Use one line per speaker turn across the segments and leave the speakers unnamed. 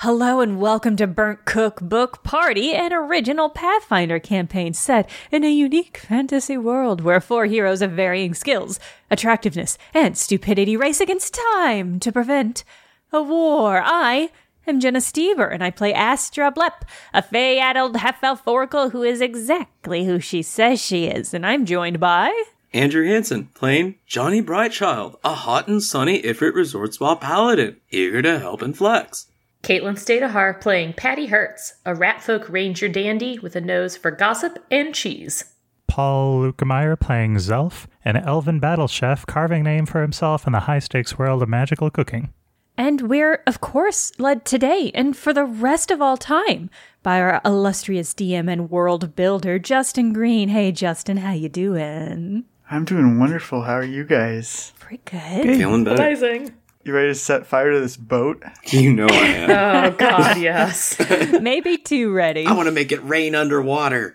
Hello and welcome to Burnt Cookbook Party, an original Pathfinder campaign set in a unique fantasy world where four heroes of varying skills, attractiveness, and stupidity race against time to prevent a war. I am Jenna Stever and I play Astra Blep, a fey-addled half-elf oracle who is exactly who she says she is, and I'm joined by...
Andrew Hansen playing Johnny Brightchild, a hot and sunny Ifrit Resort Spa paladin, eager to help and flex.
Caitlin Stadahar playing Patty Hertz, a ratfolk ranger dandy with a nose for gossip and cheese.
Paul Lukemeyer playing Zelf, an elven battle chef carving name for himself in the high stakes world of magical cooking.
And we're, of course, led today and for the rest of all time by our illustrious DM and world builder, Justin Green. Hey, Justin, how you doing?
I'm doing wonderful. How are you guys?
Pretty good.
Feeling better?
Amazing.
You ready to set fire to this boat?
You know I am.
Oh, God, yes.
Maybe too ready.
I want to make it rain underwater.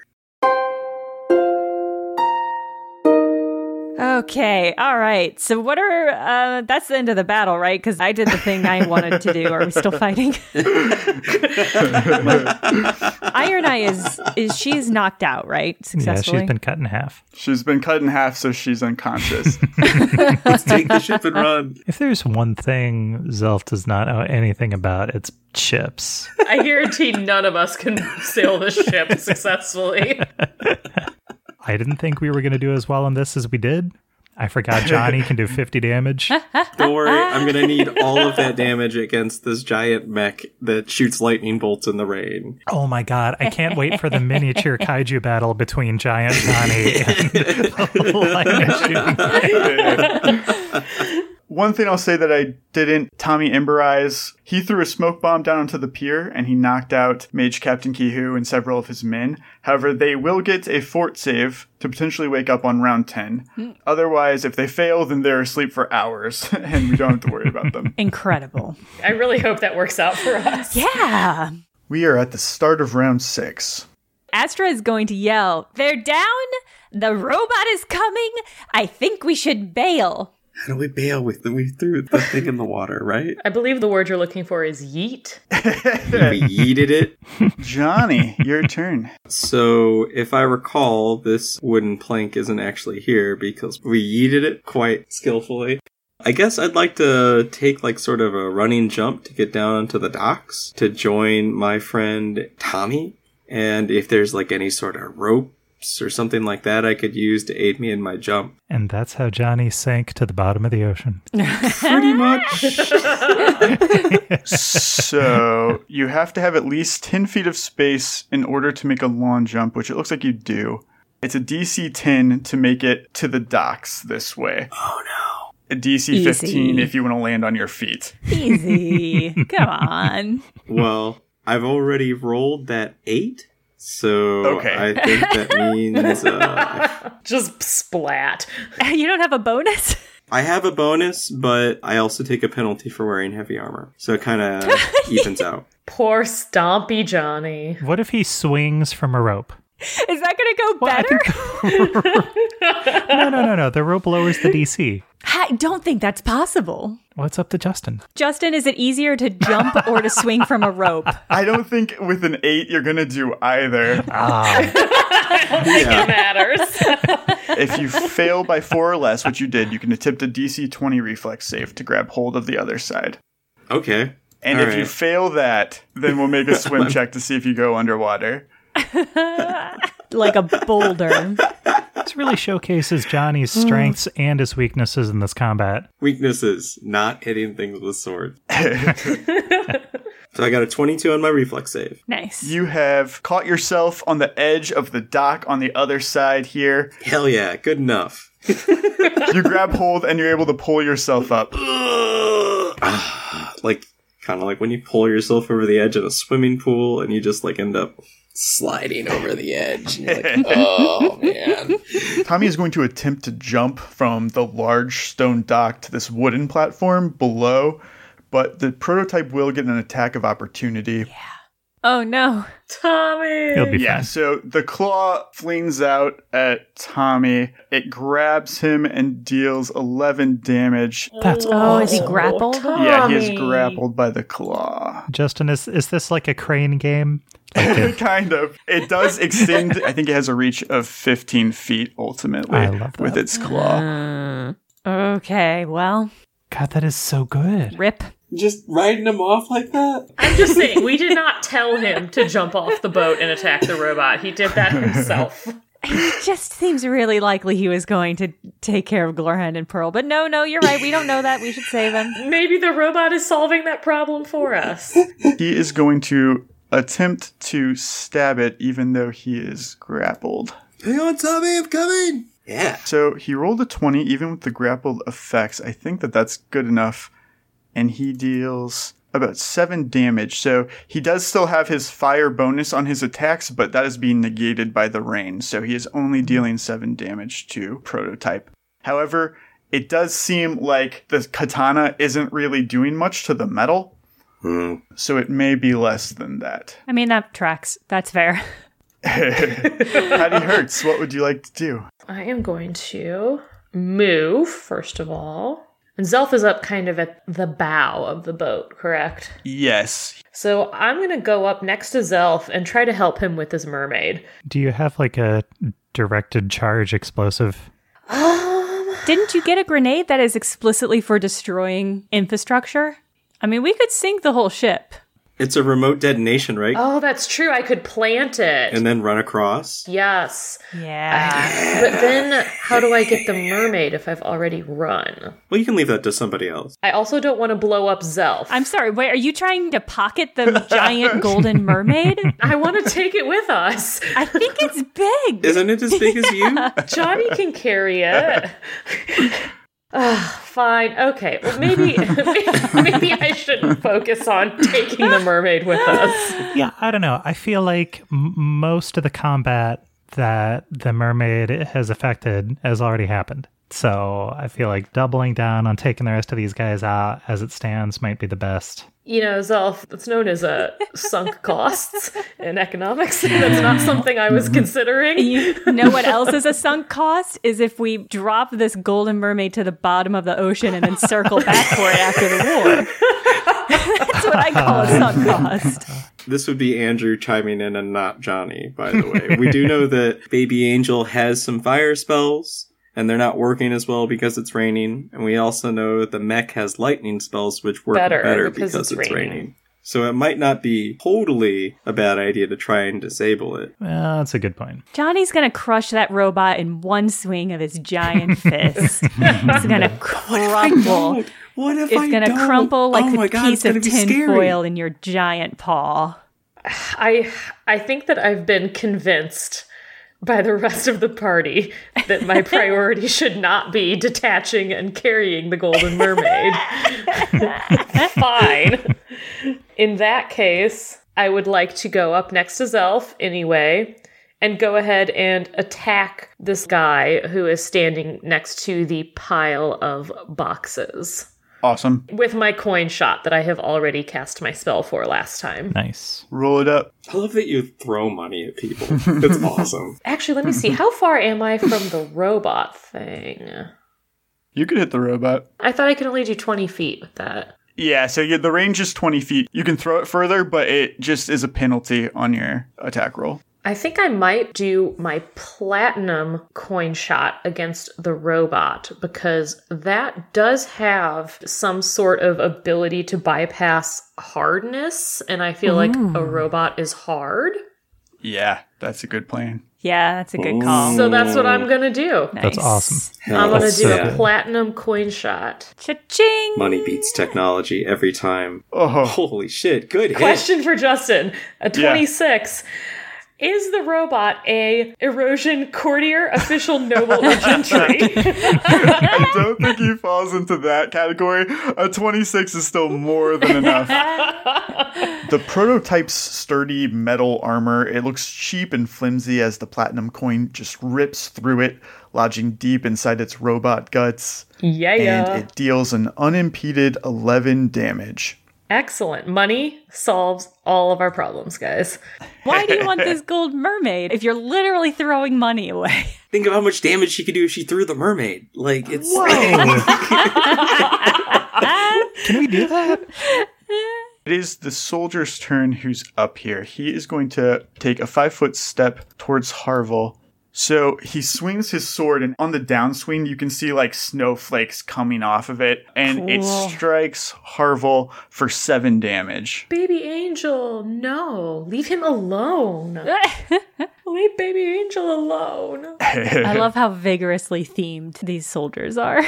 Okay, all right. So what are uh that's the end of the battle, right? Because I did the thing I wanted to do. Are we still fighting? Iron Eye is is she's knocked out, right? Successfully.
Yeah, she's been cut in half.
She's been cut in half, so she's unconscious.
Let's take the ship and run.
If there's one thing Zelf does not know anything about, it's chips.
I guarantee none of us can sail this ship successfully.
I didn't think we were going to do as well on this as we did. I forgot Johnny can do 50 damage.
Don't worry, I'm gonna need all of that damage against this giant mech that shoots lightning bolts in the rain.
Oh my god, I can't wait for the miniature kaiju battle between giant Johnny and the lightning shooting.
One thing I'll say that I didn't Tommy Emberize, he threw a smoke bomb down onto the pier and he knocked out Mage Captain Kihu and several of his men. However, they will get a fort save to potentially wake up on round 10. Otherwise, if they fail, then they're asleep for hours and we don't have to worry about them.
Incredible.
I really hope that works out for us.
Yeah.
We are at the start of round six.
Astra is going to yell, They're down! The robot is coming! I think we should bail.
How do we bail with them? We threw the thing in the water, right?
I believe the word you're looking for is yeet.
We yeeted it.
Johnny, your turn.
So, if I recall, this wooden plank isn't actually here because we yeeted it quite skillfully. I guess I'd like to take like sort of a running jump to get down to the docks to join my friend Tommy. And if there's like any sort of ropes or something like that I could use to aid me in my jump.
And that's how Johnny sank to the bottom of the ocean.
Pretty much.
so you have to have at least 10 feet of space in order to make a long jump, which it looks like you do. It's a DC 10 to make it to the docks this way. Oh no. A DC 15
Easy.
if you want to land on your feet.
Easy. Come on.
well, I've already rolled that eight. So
Okay.
I think that means uh,
Just splat.
You don't have a bonus?
I have a bonus, but I also take a penalty for wearing heavy armor. So it kind of evens out.
Poor Stompy Johnny.
What if he swings from a rope?
Is that going to go better?
No, no, no, no. The rope lowers the DC.
I don't think that's possible.
What's up to Justin?
Justin, is it easier to jump or to swing from a rope?
I don't think with an 8 you're going to do either.
It matters.
if you fail by 4 or less, which you did, you can attempt a DC 20 reflex save to grab hold of the other side.
Okay.
And
All
if you
right.
fail that, then we'll make a swim check to see if you go underwater.
like a boulder.
This really showcases Johnny's strengths and his weaknesses in this combat.
Weaknesses, not hitting things with swords. so I got a 22 on my reflex save.
nice.
You have caught yourself on the edge of the dock on the other side here.
Hell yeah, good enough.
You grab hold and you're able to pull yourself up.
Ah, like, kind of like when you pull yourself over the edge of a swimming pool and you just like end up sliding over the edge. And you're like, oh man.
Tommy is going to attempt to jump from the large stone dock to this wooden platform below, but the prototype will get an attack of opportunity.
oh no.
Tommy!
He'll be
Yeah, so the claw flings out at Tommy. It grabs him and deals 11 damage.
fine. That's
Oh, is he grappled?
Yeah, he is
Tommy.
grappled by the claw.
Justin, is is this like a crane game?
kind of. It does extend, I think it has a reach of 15 feet ultimately
I love that.
with its claw.
Uh, okay, well,
God, that is so good.
rip.
Just riding them off like that?
I'm just saying, we did not tell him to jump off the boat and attack the robot. He did that himself.
It just seems really likely he was going to take care of Glorhand and Pearl. But no, no, you're right. We don't know that. We should save him.
Maybe the robot is solving that problem for us.
He is going to attempt to stab it even though he is grappled.
Hang on, Tommy, I'm coming. Yeah.
So he rolled a 20 even with the grappled effects. I think that that's good enough. And he deals about 7 damage. So he does still have his fire bonus on his attacks, but that is being negated by the rain. So he is only dealing 7 damage to prototype. However, it does seem like the katana isn't really doing much to the metal. So it may be less than that.
I mean, that tracks. That's fair.
Patty Hurts, what would you like to do?
I am going to move, first of all. And Zelf is up kind of at the bow of the boat, correct?
Yes,
So I'm going to go up next to Zelf and try to help him with his mermaid.
Do you have like a directed charge explosive?
Um,
Didn't you get a grenade that is explicitly for destroying infrastructure? I mean, we could sink the whole ship.
It's a remote detonation, right?
oh, that's true. I could plant it.
And then run across.
yes.
Yeah.
But then how do I get the mermaid if I've already run?
Well, you can leave that to somebody else.
I also don't want to blow up Zelf.
I'm sorry. Wait, are you trying to pocket the giant golden mermaid?
I want to take it with us.
I think it's big.
Isn't it as big as you?
Johnny can carry it. Ugh, fine. Okay. Well, maybe maybe I shouldn't focus on taking the mermaid with us.
Yeah, I don't know. I feel like m- most of the combat that the mermaid has affected has already happened. So I feel like doubling down on taking the rest of these guys out as it stands might be the best.
You know, Zelf, that's known as a sunk costs in economics. That's not something I was considering.
You know what else is a sunk cost? Is if we drop this golden mermaid to the bottom of the ocean and then circle back for it after the war. That's what I call a sunk cost.
This would be Andrew chiming in and not Johnny, by the way. we do know that Baby Angel has some fire spells, and they're not working as well because it's raining. And we also know that the mech has lightning spells, which work
Better,
better,
because
because,
it's
it's,
raining.
raining. So it might not be totally a bad idea to try and disable it.
Well, that's a good point.
Johnny's gonna crush that robot in one swing of his giant fist. It's gonna crumple.
What if Oh
It's gonna crumple like a piece of tin foil in your giant paw.
I I think that I've been convinced by the rest of the party that my priority should not be detaching and carrying the golden mermaid. Fine. In that case, I would like to go up next to Zelf anyway and go ahead and attack this guy who is standing next to the pile of boxes
Awesome.
with my coin shot that I have already cast my spell for last time.
Nice.
Roll it up.
I love that you throw money at people. It's awesome.
Actually, let me see. How far am I from the robot thing?
You could hit the robot.
I thought I could only do 20 feet with that.
Yeah, so you, the range is 20 feet. You can throw it further, but it just is a penalty on your attack roll.
I think I might do my platinum coin shot against the robot because that does have some sort of ability to bypass hardness, and I feel like a robot is hard.
Yeah, that's a good plan.
Yeah, that's a good call.
So that's what I'm gonna do.
That's
Nice.
awesome.
I'm gonna
That's
do
sad.
a platinum coin shot.
Cha-ching!
Money beats technology every time.
Oh,
Holy shit! Good hit.
Question for Justin: A 26. Is the robot a erosion courtier, official, noble, or gentry?
I don't think he falls into that category. A 26 is still more than enough. the prototype's sturdy metal armor, it looks cheap and flimsy as the platinum coin just rips through it, lodging deep inside its robot guts,
yeah, yeah.
and it deals an unimpeded 11 damage.
Excellent. Money solves all of our problems, guys.
Why do you want this gold mermaid if you're literally throwing money away?
Think of how much damage she could do if she threw the mermaid. Like it's
Can we do that?
It is the soldier's turn who's up here. He is going to take a five foot step towards Harville. So he swings his sword, and on the downswing, you can see like snowflakes coming off of it, and it strikes Harville for seven damage.
Baby Angel, no. Leave him alone. Leave Baby Angel alone.
I love how vigorously themed these soldiers are.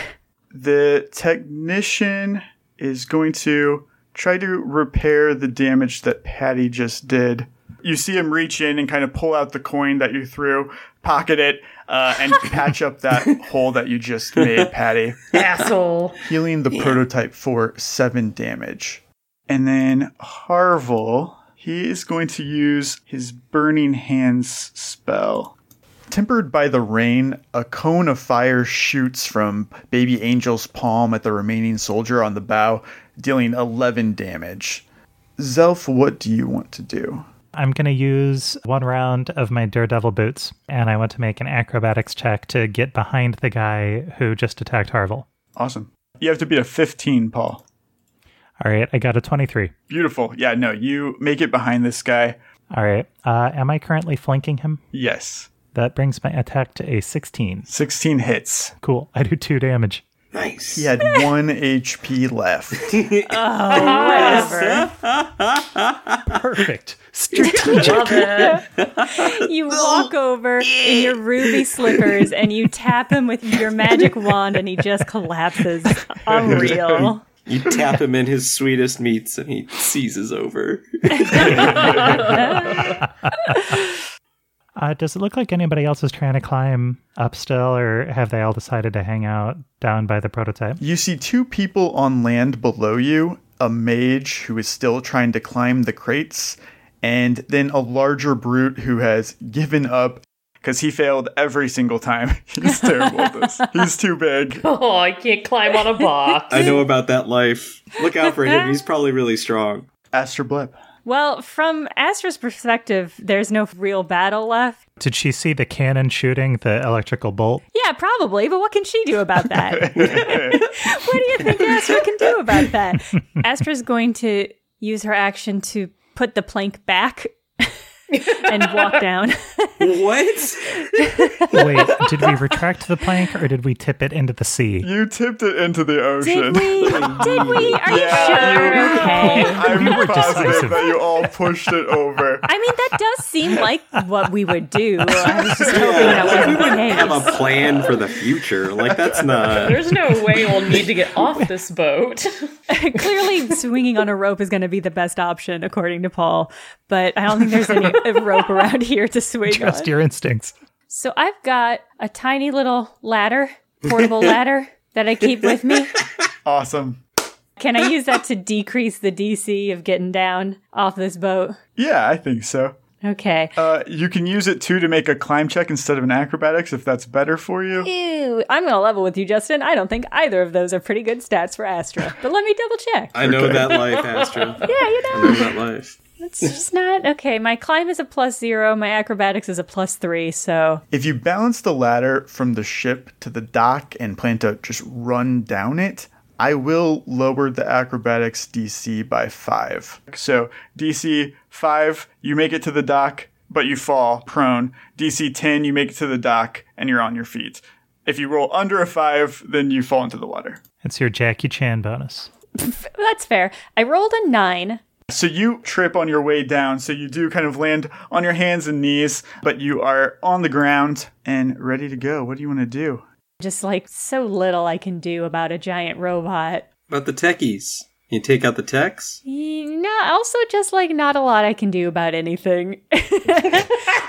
The technician is going to try to repair the damage that Patty just did. You see him reach in and kind of pull out the coin that you threw, pocket it, uh, and patch up that hole that you just made, Patty,
Asshole.
healing the prototype for seven damage. And then Harville, he is going to use his Burning Hands spell. Tempered by the rain, a cone of fire shoots from Baby Angel's palm at the remaining soldier on the bow, dealing 11 damage. Zelf, what do you want to do?
I'm going to use one round of my Daredevil boots, and I want to make an acrobatics check to get behind the guy who just attacked Harville.
Awesome. You have to beat a 15, Paul.
All right, I got a 23.
Beautiful. Yeah, no, you make it behind this guy.
All right, uh, am I currently flanking him?
Yes.
That brings my attack to a 16.
16 hits.
Cool, I do two damage.
nice.
He had one HP left.
Perfect.
Love it.
You walk over in your ruby slippers and you tap him with your magic wand and he just collapses. Unreal.
You tap him in his sweetest meats and he seizes over.
Uh, does it look like anybody else is trying to climb up still, or have they all decided to hang out down by the prototype?
You see two people on land below you a mage who is still trying to climb the crates, and then a larger brute who has given up because he failed every single time. He's terrible at this. He's too big.
Oh, I can't climb on a box.
I know about that life. Look out for him. He's probably really strong.
Astra Blep.
Well, from Astra's perspective, there's no real battle left.
Did she see the cannon shooting the electrical bolt?
Yeah, probably, but what can she do about that? what do you think Astra can do about that? Astra's going to use her action to put the plank back and walk down.
What?
Wait, did we retract the plank or did we tip it into the sea?
You tipped it into the ocean.
Did we? Did we? Are
Yeah,
you sure?
you-
okay.
I'm
were
positive
decisive.
that you all pushed it over.
I mean, that does seem like what we would do. I was just hoping that wasn't the
I have
case.
a plan for the future. Like that's not.
There's no way we'll need to get off this boat.
Clearly, swinging on a rope is going to be the best option, according to Paul. But I don't think there's any a rope around here to swing
Trust
on.
your instincts.
So I've got a tiny little ladder, portable ladder that I keep with me.
Awesome.
Can I use that to decrease the DC of getting down off this boat?
Yeah, I think so.
Okay.
Uh, you can use it too to make a climb check instead of an acrobatics if that's better for you.
Ew, I'm gonna level with you, Justin. I don't think either of those are pretty good stats for Astra. But let me double check.
I know that life, Astra.
Yeah, you
I
know,
know that life.
it's just not okay. My climb is a plus zero, my acrobatics is a plus three, so
If you balance the ladder from the ship to the dock and plan to just run down it, I will lower the acrobatics DC by five. So DC five, you make it to the dock, but you fall prone. DC 10, you make it to the dock and you're on your feet. If you roll under a five, then you fall into the water.
It's your Jackie Chan bonus.
That's fair. I rolled a nine.
So you trip on your way down. So you do kind of land on your hands and knees, but you are on the ground and ready to go. What do you want to do?
Just like so little I can do about a giant robot.
About the techies. You take out the techs?
Y- No, also just like not a lot I can do about anything.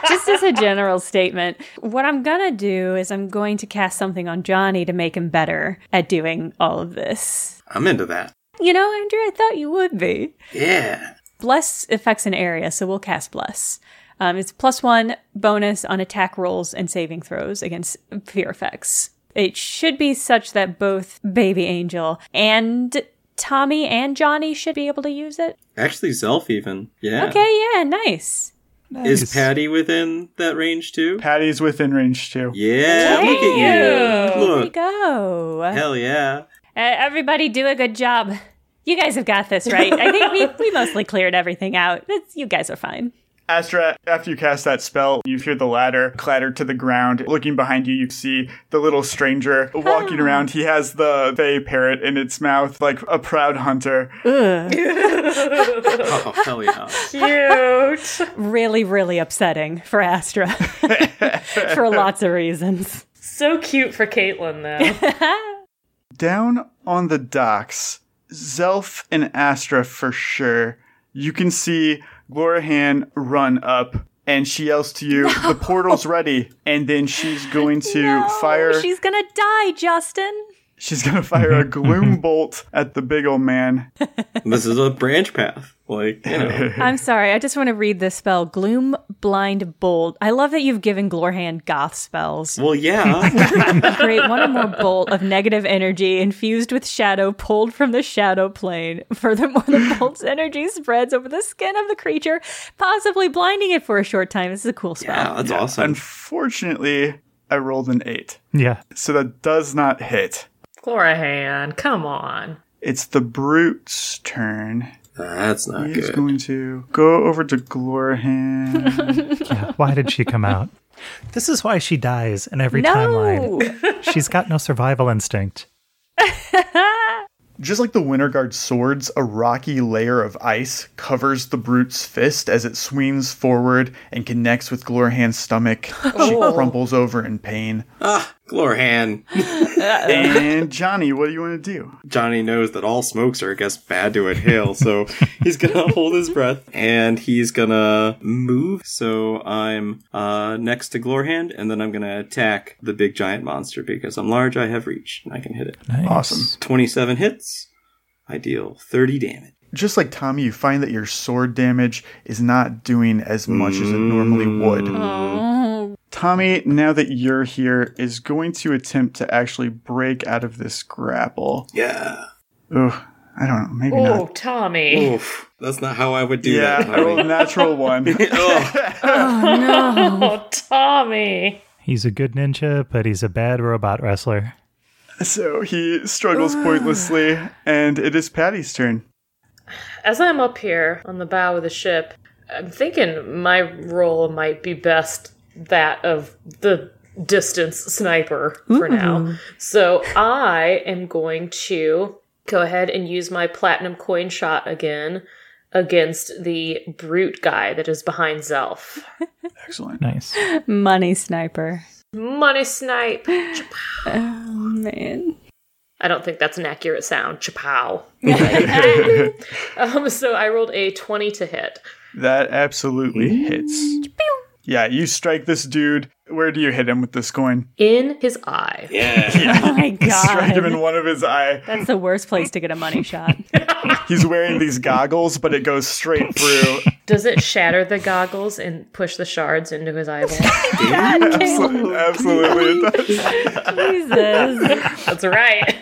just as a general statement, what I'm gonna do is I'm going to cast something on Johnny to make him better at doing all of this.
I'm into that.
You know, Andrew, I thought you would be.
Yeah.
Bless affects an area, so we'll cast Bless. Um, it's plus one bonus on attack rolls and saving throws against fear effects. It should be such that both Baby Angel and Tommy and Johnny should be able to use it.
Actually, Zelf even. Yeah.
Okay, yeah, nice.
Is Patty within that range too?
Patty's within range too.
Yeah, look at you.
There you
Look.
go. Uh,
Hell yeah.
everybody do a good job. You guys have got this, right? I think we, we mostly cleared everything out. It's, you guys are fine.
Astra, after you cast that spell, you hear the ladder clatter to the ground. Looking behind you, you see the little stranger walking around. He has the bay parrot in its mouth, like a proud hunter.
Oh, hell yeah.
Cute.
Really, really upsetting for Astra for lots of reasons.
so cute for Caitlin, though.
Down on the docks, Zelf and Astra for sure. You can see Glorahan run up and she yells to you, the portal's ready. And then she's going to fire.
She's gonna die, Justin.
she's going to fire a gloom bolt at the big old man.
this is a branch path. Like, you know.
I'm sorry. I just want to read this spell: Gloom, Blind, Bolt. I love that you've given Glorhand goth spells.
Well, yeah.
Create one or more bolt of negative energy infused with shadow pulled from the shadow plane. Furthermore, the bolt's energy spreads over the skin of the creature, possibly blinding it for a short time. This is a cool spell.
Wow, that's awesome.
Unfortunately, I rolled an eight.
Yeah.
So that does not hit.
Glorahan, come on.
It's the brute's turn.
That's not
He's
good.
going to go over to Glorhan.
yeah. Why did she come out? This is why she dies in every
no,
timeline. She's got no survival instinct.
Just like the Winter Guard swords, a rocky layer of ice covers the brute's fist as it swings forward and connects with Glorhan's stomach. She
Oh.
crumples over in pain.
Ah, Glorhan.
And Johnny, what do you want to do?
Johnny knows that all smokes are, I guess, bad to inhale, so he's gonna hold his breath and he's gonna move. So I'm uh, next to Glorhand, and then I'm gonna attack the big giant monster because I'm large, I have reach, and I can hit it.
Nice.
Awesome.
27 hits, I deal 30 damage.
Just like Tommy, you find that your sword damage is not doing as much as it normally would. Tommy, now that you're here, is going to attempt to actually break out of this grapple.
Yeah.
Ugh, I don't know, maybe
Oh,
not.
Tommy.
Oof. That's not how I would do
Yeah,
that.
I rolled a
Tommy.
natural one.
Ugh.
Oh, Tommy.
He's a good ninja, but he's a bad robot wrestler.
So he struggles pointlessly, and it is Patty's turn.
As I'm up here on the bow of the ship, I'm thinking my role might be best that of the distance sniper for now. So I am going to go ahead and use my platinum coin shot again against the brute guy that is behind Zelf.
Excellent.
Nice.
money sniper.
Money snipe.
Oh man.
I don't think that's an accurate sound. Chapow. um, so I rolled a 20 to hit.
That absolutely hits. Yeah, you strike this dude. Where do you hit him with this coin?
In his eye.
Oh my
Strike him
god.
in one of his eye.
That's the worst place to get a money shot.
He's wearing these goggles, but it goes straight through.
Does it shatter the goggles and push the shards into his eyeball?
absolutely, absolutely it does.
Jesus.
That's right.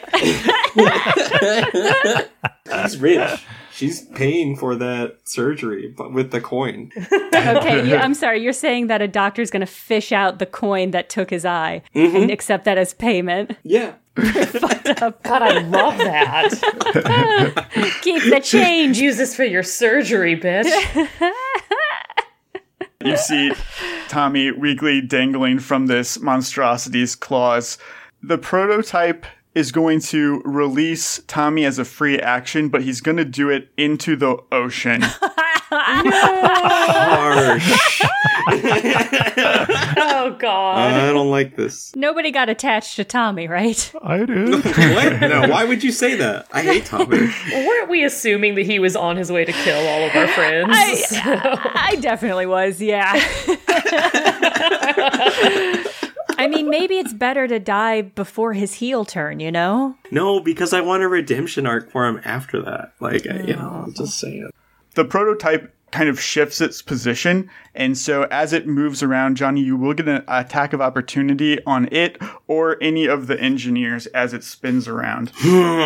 He's rich. She's paying for that surgery, but with the coin.
Okay, you, I'm sorry. You're saying that a doctor's going to fish out the coin that took his eye and accept that as payment.
Yeah.
God, I love that.
Keep the change.
Use this for your surgery, bitch.
You see Tommy weakly dangling from this monstrosity's claws. The prototype is going to release Tommy as a free action, but he's going to do it into the ocean.
Harsh.
Oh God.
I don't like this.
Nobody got attached to Tommy, right?
I do.
What? No, why would you say that? I hate Tommy.
Weren't we assuming that he was on his way to kill all of our friends?
I definitely was, yeah. I mean, maybe it's better to die before his heel turn, you know?
No, because I want a redemption arc for him after that. Like, I, you know, I'm just saying.
the prototype kind of shifts its position and so as it moves around johnny you will get an attack of opportunity on it or any of the engineers as it spins around
Can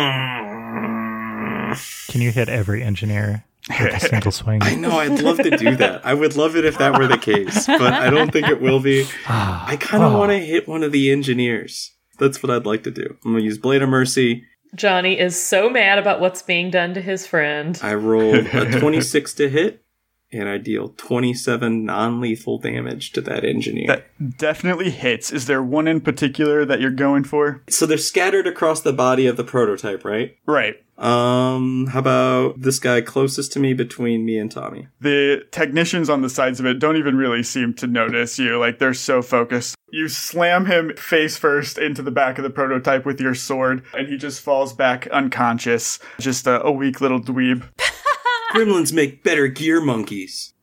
you hit every engineer with a single swing?
I know, I'd love to do that. I would love it if that were the case, but I don't think it will be. I kind of want to hit one of the engineers. That's what I'd like to do. I'm going to use Blade of Mercy.
Johnny is so mad about what's being done to his friend.
I roll a 26 to hit, and I deal 27 non lethal damage to that engineer.
that definitely hits is there one in particular that you're going for
so they're scattered across the body of the prototype, right?
right
Um, how about this guy closest to me between me and Tommy?
the technicians on the sides of it don't even really seem to notice you like they're so focused you slam him face first into the back of the prototype with your sword and he just falls back unconscious just a, a weak little dweeb
Gremlins make better gear monkeys.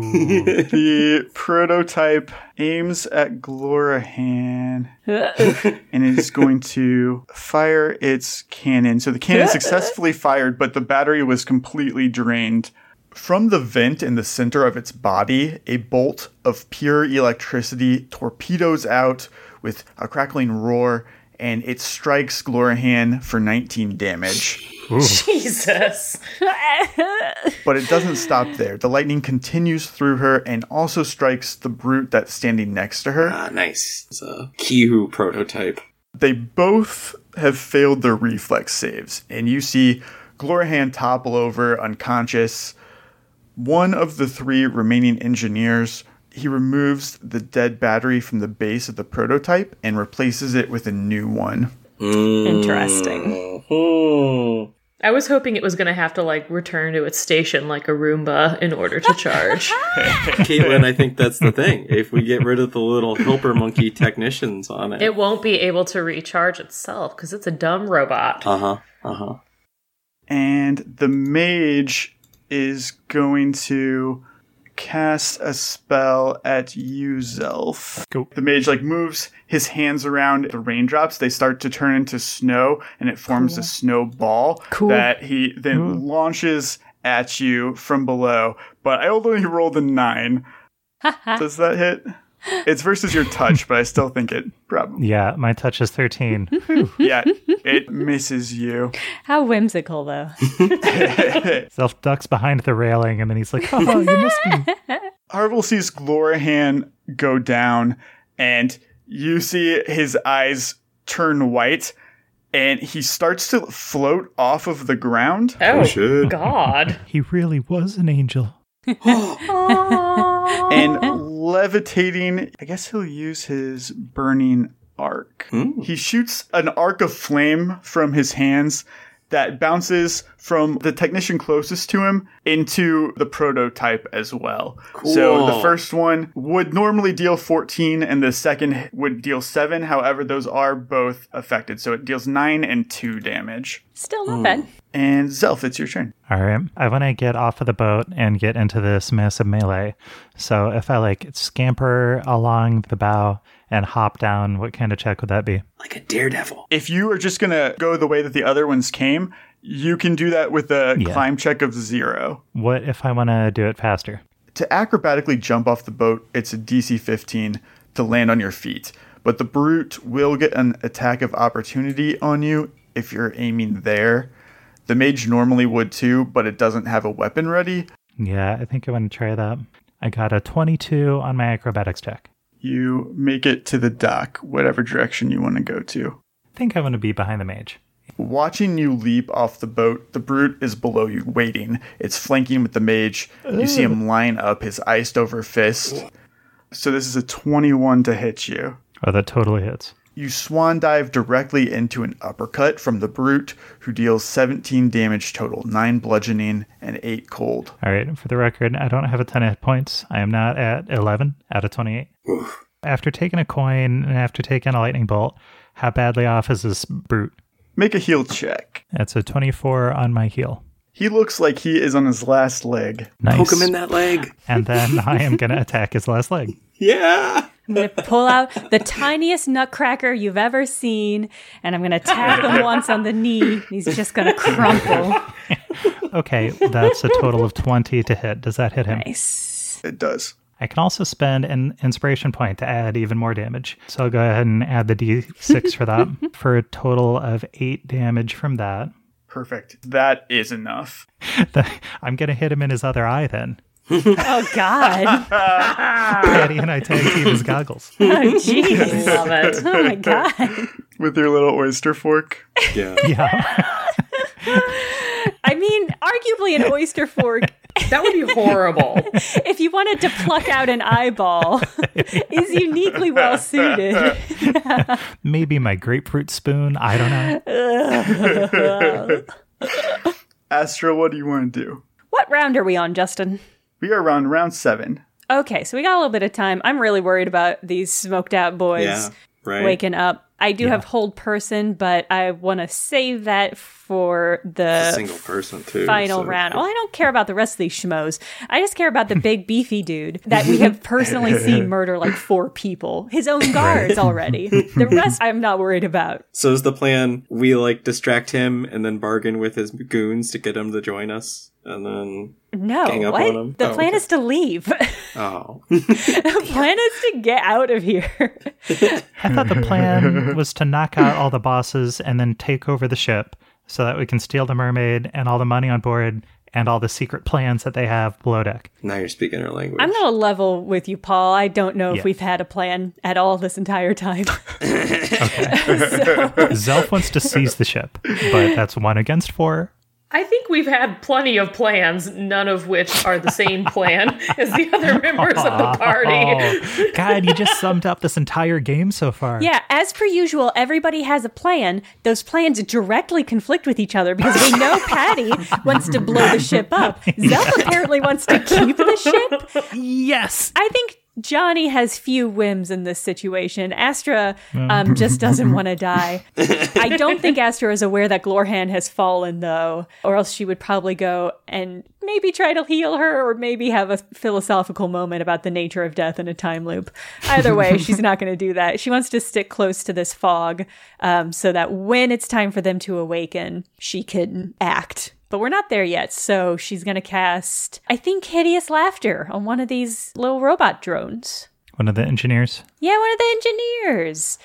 the prototype aims at Glorahan and is going to fire its cannon. So the cannon successfully fired, but the battery was completely drained. From the vent in the center of its body, a bolt of pure electricity torpedoes out with a crackling roar, and it strikes Glorahan for 19 damage.
Jesus.
But it doesn't stop there. The lightning continues through her and also strikes the brute that's standing next to her.
Ah, nice. It's a Kihu prototype.
They both have failed their reflex saves, and you see Glorahan topple over unconscious. One of the three remaining engineers, he removes the dead battery from the base of the prototype and replaces it with a new one.
Mm.
Interesting.
Oh.
I was hoping it was going to have to like return to its station like a Roomba in order to charge.
Caitlin, I think that's the thing. If we get rid of the little helper monkey technicians on it.
it won't be able to recharge itself because it's a dumb robot.
Uh huh. Uh huh.
And the mage is going to cast a spell at Uzelf.
Go.
The mage like moves his hands around the raindrops. They start to turn into snow, and it forms a snowball
Cool.
that he then launches at you from below. But I only rolled a nine. Does that hit? It's versus your touch, but I still think it probably.
Yeah, my touch is 13.
Yeah, it misses you.
How whimsical, though.
Self ducks behind the railing, and then he's like, oh, you missed me.
Harville sees Glorahan go down, and you see his eyes turn white, and he starts to float off of the ground.
Oh,
shit.
God.
He really was an angel.
And levitating, I guess he'll use his burning arc. He shoots an arc of flame from his hands that bounces from the technician closest to him into the prototype as well. So the
Cool.
first one would normally deal 14 and the second would deal 7. However, those are both affected. So it deals 9 and 2 damage.
Still not bad.
And Zelf, it's your turn.
All right. I want to get off of the boat and get into this massive melee. So if I like scamper along the bow and hop down, what kind of check would that be?
Like a daredevil.
if you are just gonna go the way that the other ones came, you can do that with a
Yeah.
climb check of zero.
What if I want to do it faster?
To acrobatically jump off the boat, it's a DC 15 to land on your feet, but the brute will get an attack of opportunity on you if you're aiming there. The mage normally would too, but it doesn't have a weapon ready.
Yeah, I think I want to try that. I got a 22 on my acrobatics check.
You make it to the dock, whatever direction you want to go to.
I think I want to be behind the mage.
Watching you leap off the boat, the brute is below you, waiting. It's flanking with the mage. You see him line up his iced over fist. So this is a 21 to hit you.
Oh, that totally hits.
You swan dive directly into an uppercut from the brute, who deals 17 damage total 9 bludgeoning and 8 cold.
All right, for the record, I don't have a ton of hit points. I am not at 11 out of 28. after taking a coin and after taking a lightning bolt, how badly off is this brute?
Make a heal check.
That's a 24 on my heel.
He looks like he is on his last leg.
Nice.
Poke him in that leg.
And then I am going to attack his last leg.
Yeah.
I'm going to pull out the tiniest nutcracker you've ever seen, and I'm going to tap him once on the knee. and He's just going to crumple.
Okay, that's a total of 20 to hit. Does that hit him?
Nice.
It does.
I can also spend an inspiration point to add even more damage. So I'll go ahead and add the d6 for that for a total of 8 damage from that.
Perfect. That is enough.
I'm going to hit him in his other eye then.
Oh, God.
Patty and I tag team his goggles.
Oh, jeez.
Love it.
Oh, my God.
With your little oyster fork.
Yeah.
Yeah.
I mean, arguably an oyster fork.
That would be horrible.
If you wanted to pluck out an eyeball, is uniquely well suited.
Maybe my grapefruit spoon. I don't know.
Astra, what do you want to do?
What round are we on, Justin?
We are around round seven.
Okay, so we got a little bit of time. I'm really worried about these smoked out boys
Yeah. Right.
waking up. I do have hold person, but I want to save that for
A
the
single person too.
final
so-
round. Oh, I don't care about the rest of these schmoes. I just care about the big beefy dude that we have personally seen murder like four people, his own guards already. The rest I'm not worried about.
So is the plan we like distract him and then bargain with his goons to get him to join us and then
No,
Gang up
what?
on him?
The
Oh,
plan
okay.
is to leave.
oh
the plan is to get out of here.
I thought the plan was to knock out all the bosses and then take over the ship so that we can steal the mermaid and all the money on board and all the secret plans that they have below deck.
now you're speaking our language.
I'm gonna level with you, Paul. I don't know if
Yeah.
we've had a plan at all this entire time.
Zelf wants to seize the ship, but that's one against four.
I think we've had plenty of plans, none of which are the same plan as the other members of the party.
Oh, God, you just summed up this entire game so far.
yeah, as per usual, everybody has a plan. Those plans directly conflict with each other because we know Patty wants to blow the ship up. Zelf apparently wants to keep the ship.
Yes.
I think Johnny has few whims in this situation. Astra um, just doesn't want to die. I don't think Astra is aware that Glorhan has fallen, though, or else she would probably go and maybe try to heal her or maybe have a philosophical moment about the nature of death in a time loop. Either way, she's not going to do that. She wants to stick close to this fog um, so that when it's time for them to awaken, she can act. But we're not there yet, so she's going to cast, I think, Hideous Laughter on one of these little robot drones.
One of the engineers.
Yeah, one of the engineers.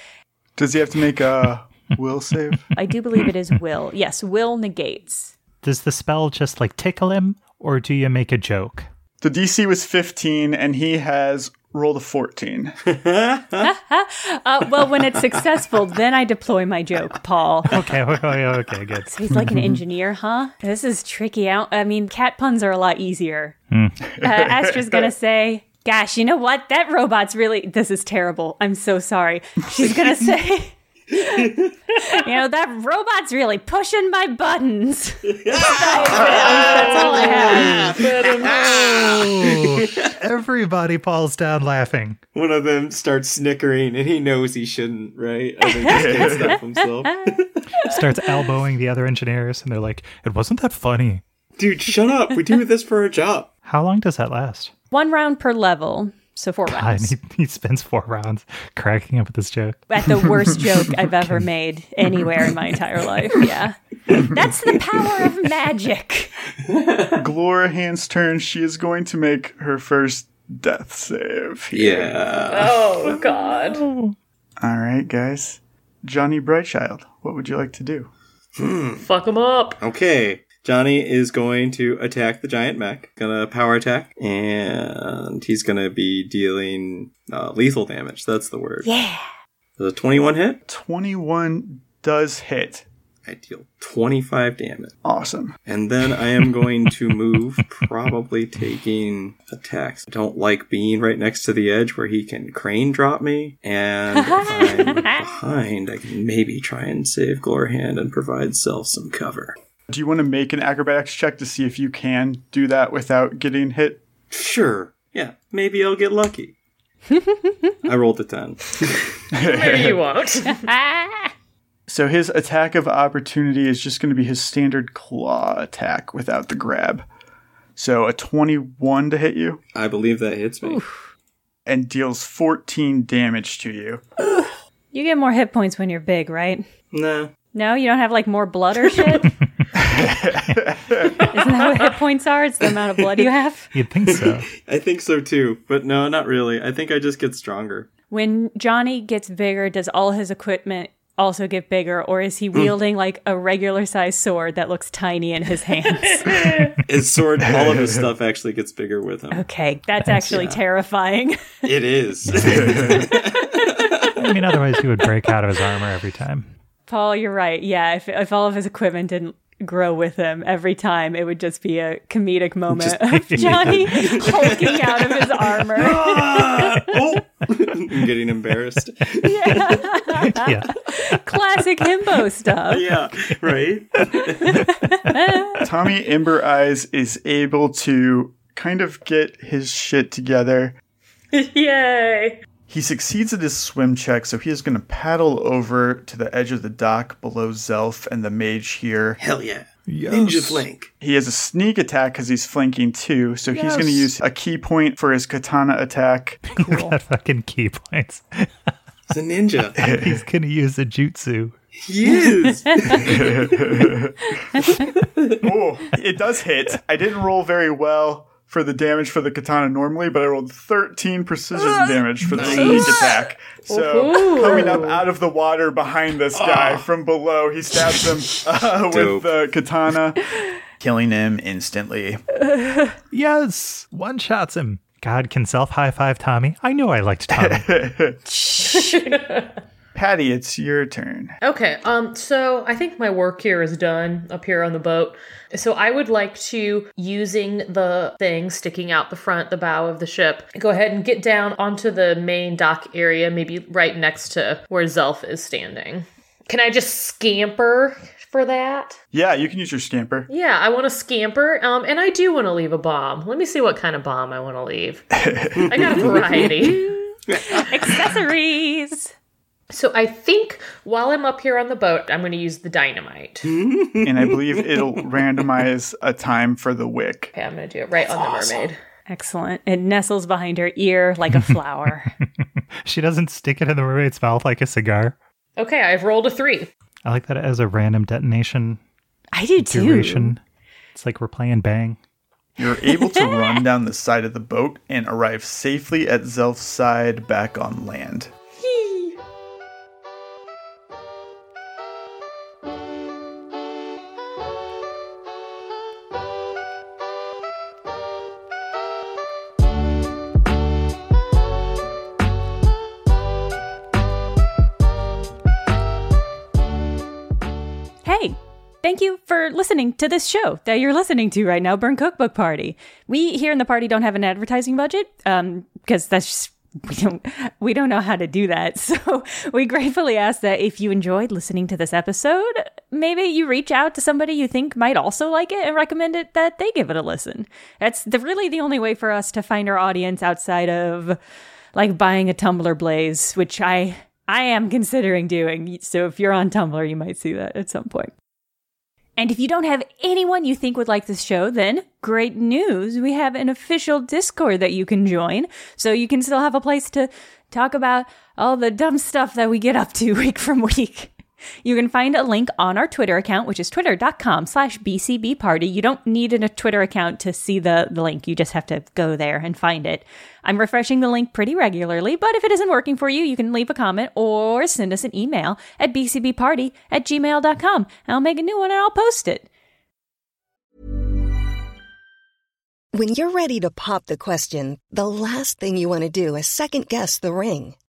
Does he have to make a will save?
I do believe it is Will. Yes, Will negates.
Does the spell just like tickle him, or do you make a joke?
The DC was 15, and he has rolled a 14.
Uh, well, when it's successful, then I deploy my joke, Paul.
Okay, okay, okay, good.
So he's like an engineer, huh? This is tricky. I, don't- I mean, cat puns are a lot easier. Uh, Astra's going to say, Gosh, you know what? That robot's really. This is terrible. I'm so sorry. She's going to say, You know, that robot's really pushing my buttons. That's all I have.
um,
Everybody falls down laughing.
One of them starts snickering and he knows he shouldn't, right? And then just can't stop himself.
starts elbowing the other engineers, and they're like, "It wasn't that funny."
Dude, shut up. We do this for a job.
How long does that last?
One round per level. So four
I
rounds.
he, he spends four rounds cracking up with this joke.
at the worst joke I've ever made anywhere in my entire life. Yeah. That's the power of magic.
Glorahan's turn. She is going to make her first death save.
Yeah.
Oh, God.
All right, guys. Johnny Brightchild, what would you like to do?
Fuck them up.
Okay. Johnny is going to attack the giant mech. Gonna power attack, and he's gonna be dealing uh, lethal damage. That's the word.
Yeah.
The 21 hit.
21 does hit.
I deal 25 damage.
Awesome.
And then I am going to move, probably taking attacks. I don't like being right next to the edge where he can crane drop me. And if I'm behind, I can maybe try and save Glorhand and provide self some cover.
Do you want to make an acrobatics check to see if you can do that without getting hit?
Sure. Yeah, maybe I'll get lucky. I rolled a 10.
Maybe you won't.
So his attack of opportunity is just going to be his standard claw attack without the grab. So a 21 to hit you
I believe that hits me.
and deals 14 damage to you.
You get more hit points when you're big, right?
Nah.
No, you don't have like more blood or shit. Isn't that what hit points are? It's the amount of blood you have.
You'd think so.
I think so too, but no, not really. I think I just get stronger.
When Johnny gets bigger, does all his equipment also get bigger, or is he wielding like a regular sized sword that looks tiny in his hands?
His sword, all of his stuff actually gets bigger with him.
okay, that's actually terrifying.
It is.
I mean, otherwise he would break out of his armor every time.
Paul, you're right. Yeah, if, if all of his equipment didn't grow with him every time, it would just be a comedic moment of Johnny hulking out of his armor.
Ah! oh! I'm getting embarrassed.
Yeah.
Classic himbo stuff.
Yeah, right?
Tommy Ember Eyes is able to kind of get his shit together.
Yay.
He succeeds at his swim check, so he is going to paddle over to the edge of the dock below Zelf and the mage here.
Hell yeah. Ninja flank.
He has a sneak attack because he's flanking too, so he's going to use a key point for his katana attack.
Got fucking key points.
It's a ninja.
He's gonna use a jutsu.
He is.
Oh, it does hit. I didn't roll very well for the damage for the katana normally, but I rolled 13 precision damage for the sneak attack. So coming up out of the water behind this guy from below, he stabs him uh,
Dope.
with the katana, killing him instantly.
Yes, one shots him. God can self high five Tommy. I knew I liked Tommy.
Patty, it's your turn.
Okay, um, so I think my work here is done up here on the boat. So I would like to, using the thing sticking out the front, the bow of the ship, go ahead and get down onto the main dock area, maybe right next to where Zelf is standing. Can I just scamper for that?
Yeah, you can use your scamper.
Yeah, I want to scamper, um, and I do want to leave a bomb. Let me see what kind of bomb I want to leave. I got a variety.
Accessories.
So I think while I'm up here on the boat, I'm going to use the dynamite.
and I believe it'll randomize a time for the wick.
Okay, I'm going to do it right on the mermaid.
Excellent. It nestles behind her ear like a flower.
she doesn't stick it in the mermaid's mouth like a cigar.
Okay, I've rolled a three.
I like that as a random detonation
I do too.
duration. It's like we're playing bang.
You're able to run down the side of the boat and arrive safely at Zelf's side back on land.
Hey, thank you for listening to this show that you're listening to right now, Burn Cookbook Party. We here in the party don't have an advertising budget um, because that's just. We don't, we don't know how to do that. So, we gratefully ask that if you enjoyed listening to this episode, maybe you reach out to somebody you think might also like it and recommend it that they give it a listen. That's the, really the only way for us to find our audience outside of like buying a Tumblr blaze, which I I am considering doing. So, if you're on Tumblr, you might see that at some point. And if you don't have anyone you think would like this show, then great news. We have an official Discord that you can join. So you can still have a place to talk about all the dumb stuff that we get up to week from week. You can find a link on our Twitter account, which is twitter.com um, slash BCB party. You don't need a Twitter account to see the, the link. You just have to go there and find it. I'm refreshing the link pretty regularly, but if it isn't working for you, you can leave a comment or send us an email at bcbparty at gmail.com. I'll make a new one and I'll post it.
When you're ready to pop the question, the last thing you want to do is second guess the ring.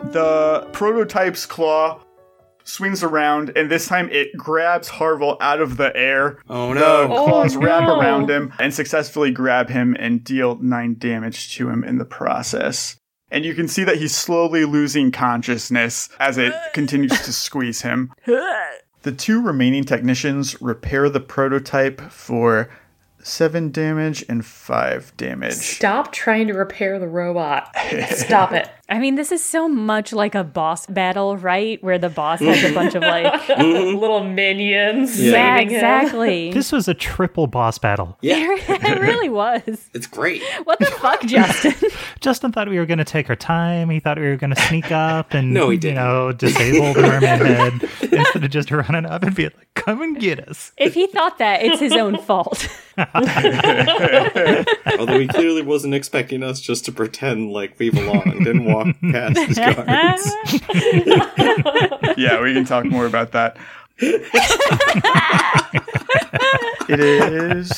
The prototype's claw swings around, and this time it grabs Harville out of the air.
Oh, no.
The claws
Oh,
wrap
no.
around him and successfully grab him and deal nine damage to him in the process. And you can see that he's slowly losing consciousness as it continues to squeeze him. The two remaining technicians repair the prototype for seven damage and five damage.
Stop trying to repair the robot. Stop it.
I mean, this is so much like a boss battle, right? Where the boss has a bunch of like.
Little minions.
Yeah,
saving him.
exactly.
This was a triple boss battle.
Yeah,
it really was.
it's great.
What the fuck, Justin?
Justin thought we were going to take our time. He thought we were going to sneak up and
No, he
you
didn't.
know disable the mermaid head instead of just running up and being like, "Come and get us."
if he thought that, it's his own fault.
Although he clearly wasn't expecting us just to pretend like we belonged and walk past his guards.
yeah, we can talk more about that. it is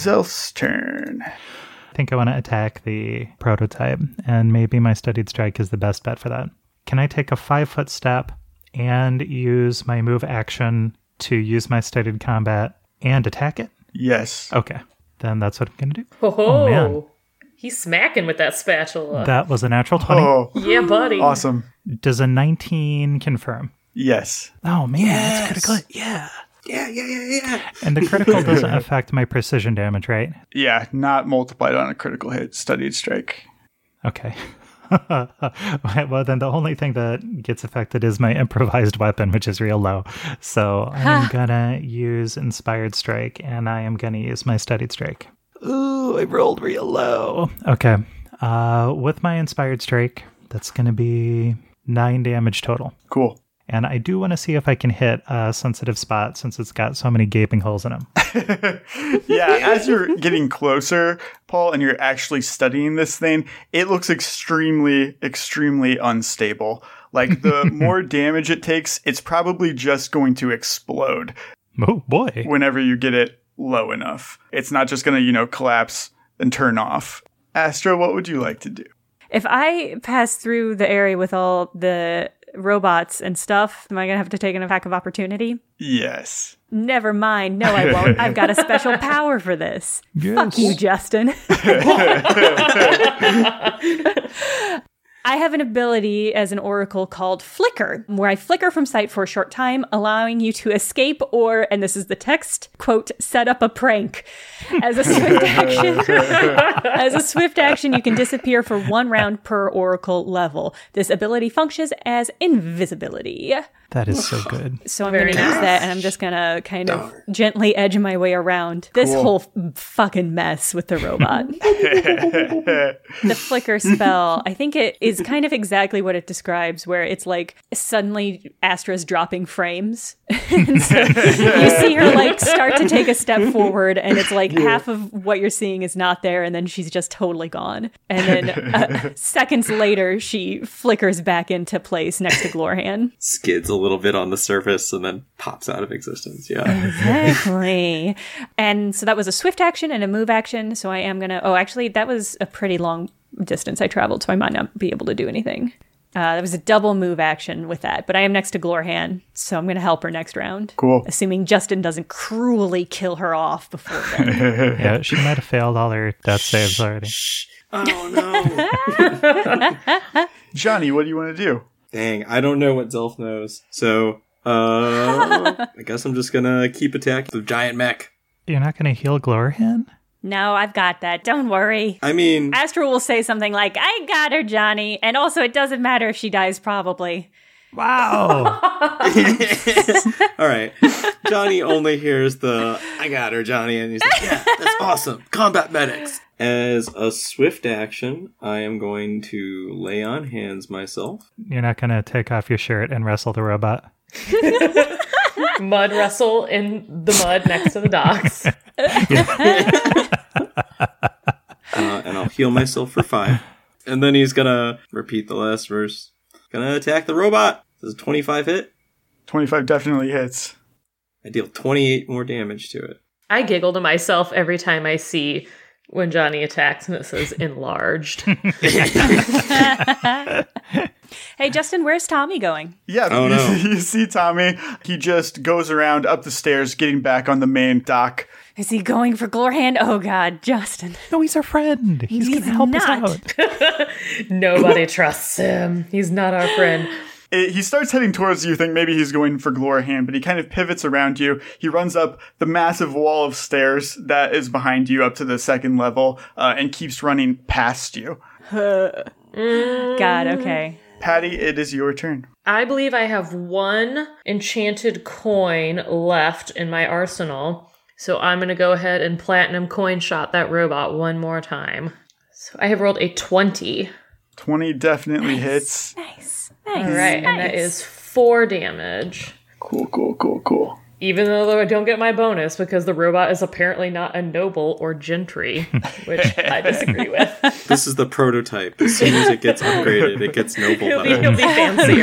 Zelf's turn.
I think I want to attack the prototype, and maybe my studied strike is the best bet for that. Can I take a five foot step and use my move action to use my studied combat and attack it?
Yes.
Okay, then that's what I'm going to do.
Ho ho.
Oh, man.
He's smacking with that spatula.
That was a natural twenty.
Oh,
yeah, buddy.
awesome.
Does a nineteen confirm?
Yes.
Oh man, that's critical. Yeah.
Yeah, yeah, yeah, yeah.
And the critical doesn't affect my precision damage, right?
Yeah, not multiplied on a critical hit, studied strike.
Okay. well, then the only thing that gets affected is my improvised weapon, which is real low. So I'm gonna use Inspired Strike and I am gonna use my Studied Strike. Ooh, I rolled real low. Okay. Uh, with my Inspired Strike, that's gonna be nine damage total.
Cool.
And I do want to see if I can hit a sensitive spot since it's got so many gaping holes in them.
Yeah, as you're getting closer, Paul, and you're actually studying this thing, it looks extremely, extremely unstable. Like the more damage it takes, it's probably just going to explode.
Oh boy.
whenever you get it low enough. It's not just going to, you know, collapse and turn off. Astro, what would you like to do?
If I pass through the area with all the robots and stuff, am I going to have to take an attack of opportunity?
Yes.
Never mind. No, I won't. I've got a special power for this. Fuck you, Justin. I have an ability as an oracle called Flicker, where I flicker from sight for a short time, allowing you to escape or, and this is the text, quote, set up a prank. As a swift action, as a swift action, you can disappear for one round per oracle level. This ability functions as invisibility.
That is so good.
So I'm going to use that, and I'm just going to kind of gently edge my way around this
Cool.
whole f- fucking mess with the robot. the flicker spell, I think it is kind of exactly what it describes, where it's like suddenly Astra's dropping frames. And so you see her like start to take a step forward, and it's like half of what you're seeing is not there, and then she's just totally gone. And then uh, seconds later, she flickers back into place next to Glorhan.
Skids a little bit on the surface and then pops out of existence. Yeah.
Exactly. and so that was a swift action and a move action. So I am going to. Oh, actually, that was a pretty long distance I traveled, so I might not be able to do anything. Uh, that was a double move action with that, but I am next to Glorhan, so I'm going to help her next round.
Cool.
Assuming Justin doesn't cruelly kill her off before then.
yeah, she might have failed all her death saves already.
oh no.
Johnny, what do you want to do?
Dang, I don't know what Zelf knows. So, uh, I guess I'm just gonna keep attacking the giant mech.
You're not going to heal Glorhan?
no, I've got that. Don't worry.
I mean,
Astro will say something like, I got her, Johnny. And also, it doesn't matter if she dies, probably.
Wow.
all right. Johnny only hears the "I got her, Johnny," and he's like, "Yeah, that's awesome, combat medics." As a swift action, I am going to lay on hands myself.
You're not going to take off your shirt and wrestle the robot.
mud wrestle in the mud next to the docks.
uh, and I'll heal myself for five. And then he's gonna repeat the last verse. Gonna attack the robot. This is a 25 hit.
25 definitely hits.
I deal 28 more damage to it.
I giggle to myself every time I see when Johnny attacks and it says enlarged.
Hey, Justin, where's Tommy going?
Yeah,
Oh,
you,
no.
you see Tommy, he just goes around up the stairs, getting back on the main dock.
Is he going for Glorhand? Oh God, Justin.
No, he's our friend. He's, going to
He's
help
not.
us out.
Nobody trusts him. He's not our friend.
It- he starts heading towards you, think maybe he's going for Glorhan, but he kind of pivots around you. He runs up the massive wall of stairs that is behind you up to the second level uh, and keeps running past you.
God,
Mm.
okay.
Patty, it is your turn.
I believe I have one enchanted coin left in my arsenal. So I'm going to go ahead and platinum coin shot that robot one more time. So I have rolled a 20.
20 definitely hits.
Nice,
All
nice.
right, and that is four damage.
Cool, cool, cool, cool.
Even though I don't get my bonus because the robot is apparently not a noble or gentry, which I disagree with.
This is the prototype. As soon as it gets upgraded, it gets noble
He'll be,
better.
he'll be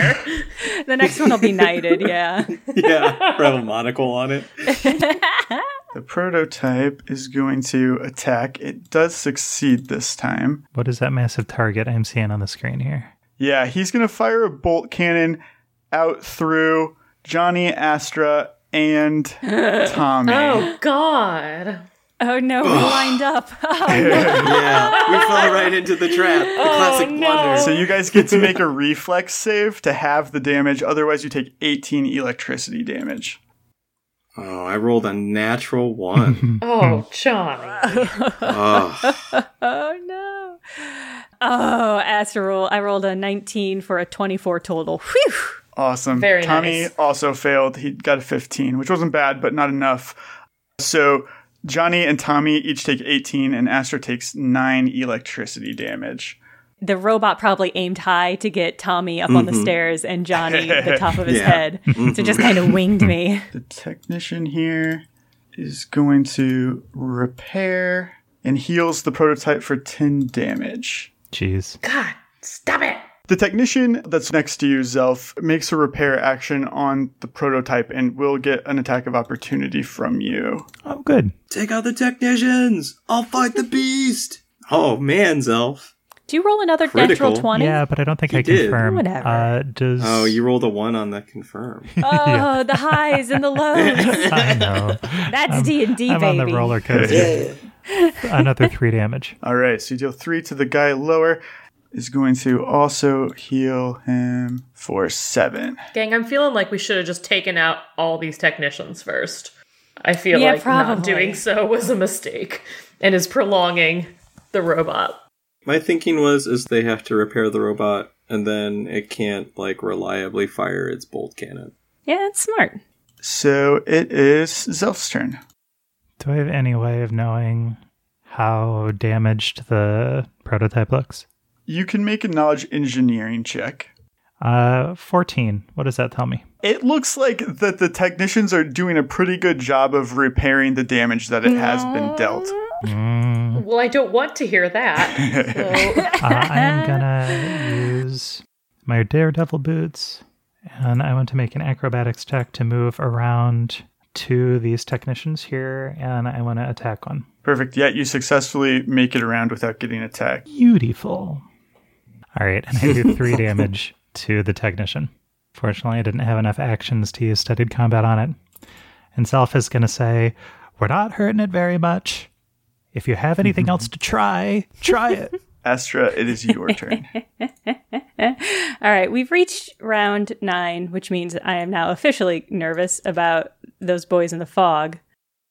fancier.
The next one will be knighted. Yeah.
yeah, have a monocle on it.
The prototype is going to attack. It does succeed this time.
What is that massive target I'm seeing on the screen here?
Yeah, he's going to fire a bolt cannon out through Johnny, Astra, and Tommy.
Oh, God.
Oh no, we lined up. Oh,
Yeah, we fell right into the trap. The classic blunder.
So you guys get to make a reflex save to have the damage. Otherwise, you take 18 electricity damage.
Oh, I rolled a natural one.
Hmm.
Oh, Johnny.
Ugh.
oh no. Oh, Aster roll. I rolled a 19 for a 24 total. Whew.
Awesome.
Very
Tommy
nice.
also failed. He got a 15, which wasn't bad, but not enough. So Johnny and Tommy each take 18, and Astra takes 9 electricity damage.
The robot probably aimed high to get Tommy up on the stairs and Johnny at the top of his
Mm-hmm. Yeah. Mm-hmm.
head. So just kind of winged me.
The technician here is going to repair and heals the prototype for 10 damage.
Jeez.
God, stop it.
The technician that's next to you, Zelf, makes a repair action on the prototype and will get an attack of opportunity from you.
Oh, good.
Take out the technicians. I'll fight the beast. Oh man, Zelf.
Do you roll another
Critical.
natural 20?
Yeah, but I don't think I
did.
confirm.
Whatever.
Uh, does
Oh, you rolled a one on the confirm.
Oh, the highs and the lows.
I know.
That's D&D, baby.
I'm on the roller coaster. Another three damage.
All right, so you deal three to the guy lower. is going to also heal him for seven.
Gang, I'm feeling like we should have just taken out all these technicians first. I feel
Yeah,
like
probably.
not doing so was a mistake and is prolonging the robot.
My thinking was is they have to repair the robot and then it can't like reliably fire its bolt cannon.
Yeah, it's smart.
So it is Zelf's turn.
Do I have any way of knowing how damaged the prototype looks?
You can make a knowledge engineering check.
Uh, 14. What does that tell me?
It looks like that the technicians are doing a pretty good job of repairing the damage that it has been dealt. Mm-hmm.
Well, I don't want to hear that. So.
Mm, Uh, I am gonna use my daredevil boots, and I want to make an acrobatics check to move around to these technicians here, and I want to attack one.
Perfect. Yet you successfully make it around without getting attacked.
Beautiful. All right, and I do three damage to the technician. Fortunately, I didn't have enough actions to use studied combat on it. And Self is gonna say, "We're not hurting it very much. If you have anything else to try, try it."
Astra, it is your turn.
All right, we've reached round nine, which means I am now officially nervous about those boys in the fog.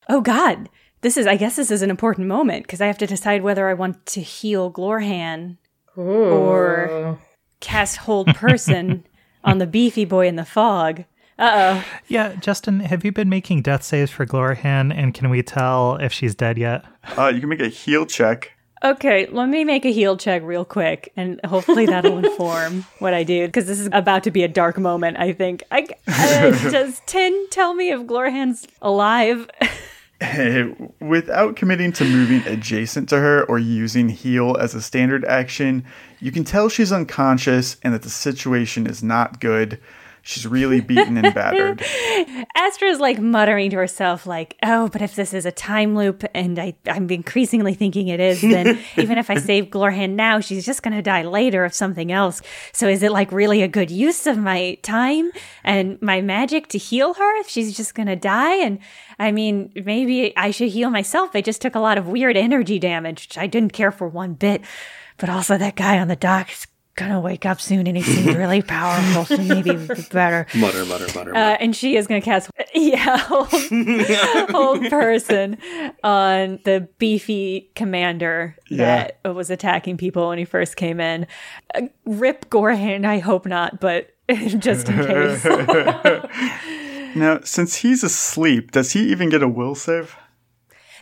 Oh, God. This is, I guess, this is an important moment because I have to decide whether I want to heal Glorhan or cast Hold Person on the beefy boy in the fog. Uh oh.
Yeah, Justin, have you been making death saves for Glorhan, and can we tell if she's dead yet?
Uh, you can make a heal check.
Okay, let me make a heal check real quick, and hopefully that'll inform what I do because this is about to be a dark moment. I think. I, uh, does Tin tell me if Glorhan's alive?
Without committing to moving adjacent to her or using heal as a standard action, you can tell she's unconscious and that the situation is not good. She's really beaten and battered.
Astra's like muttering to herself, like, "Oh, but if this is a time loop, and I, I'm increasingly thinking it is, then even if I save Glorhan now, she's just gonna die later of something else. So is it like really a good use of my time and my magic to heal her if she's just gonna die? And I mean, maybe I should heal myself. I just took a lot of weird energy damage, which I didn't care for one bit. But also that guy on the dock is gonna wake up soon, and he seems really powerful, so maybe it'd be better.
Mutter, mutter, mutter.
Uh, and she is going to cast, yeah, hold, hold person on the beefy commander that was attacking people when he first came in. Uh, rip Gorhan, I hope not, but just in case.
Now, since he's asleep, does he even get a will save?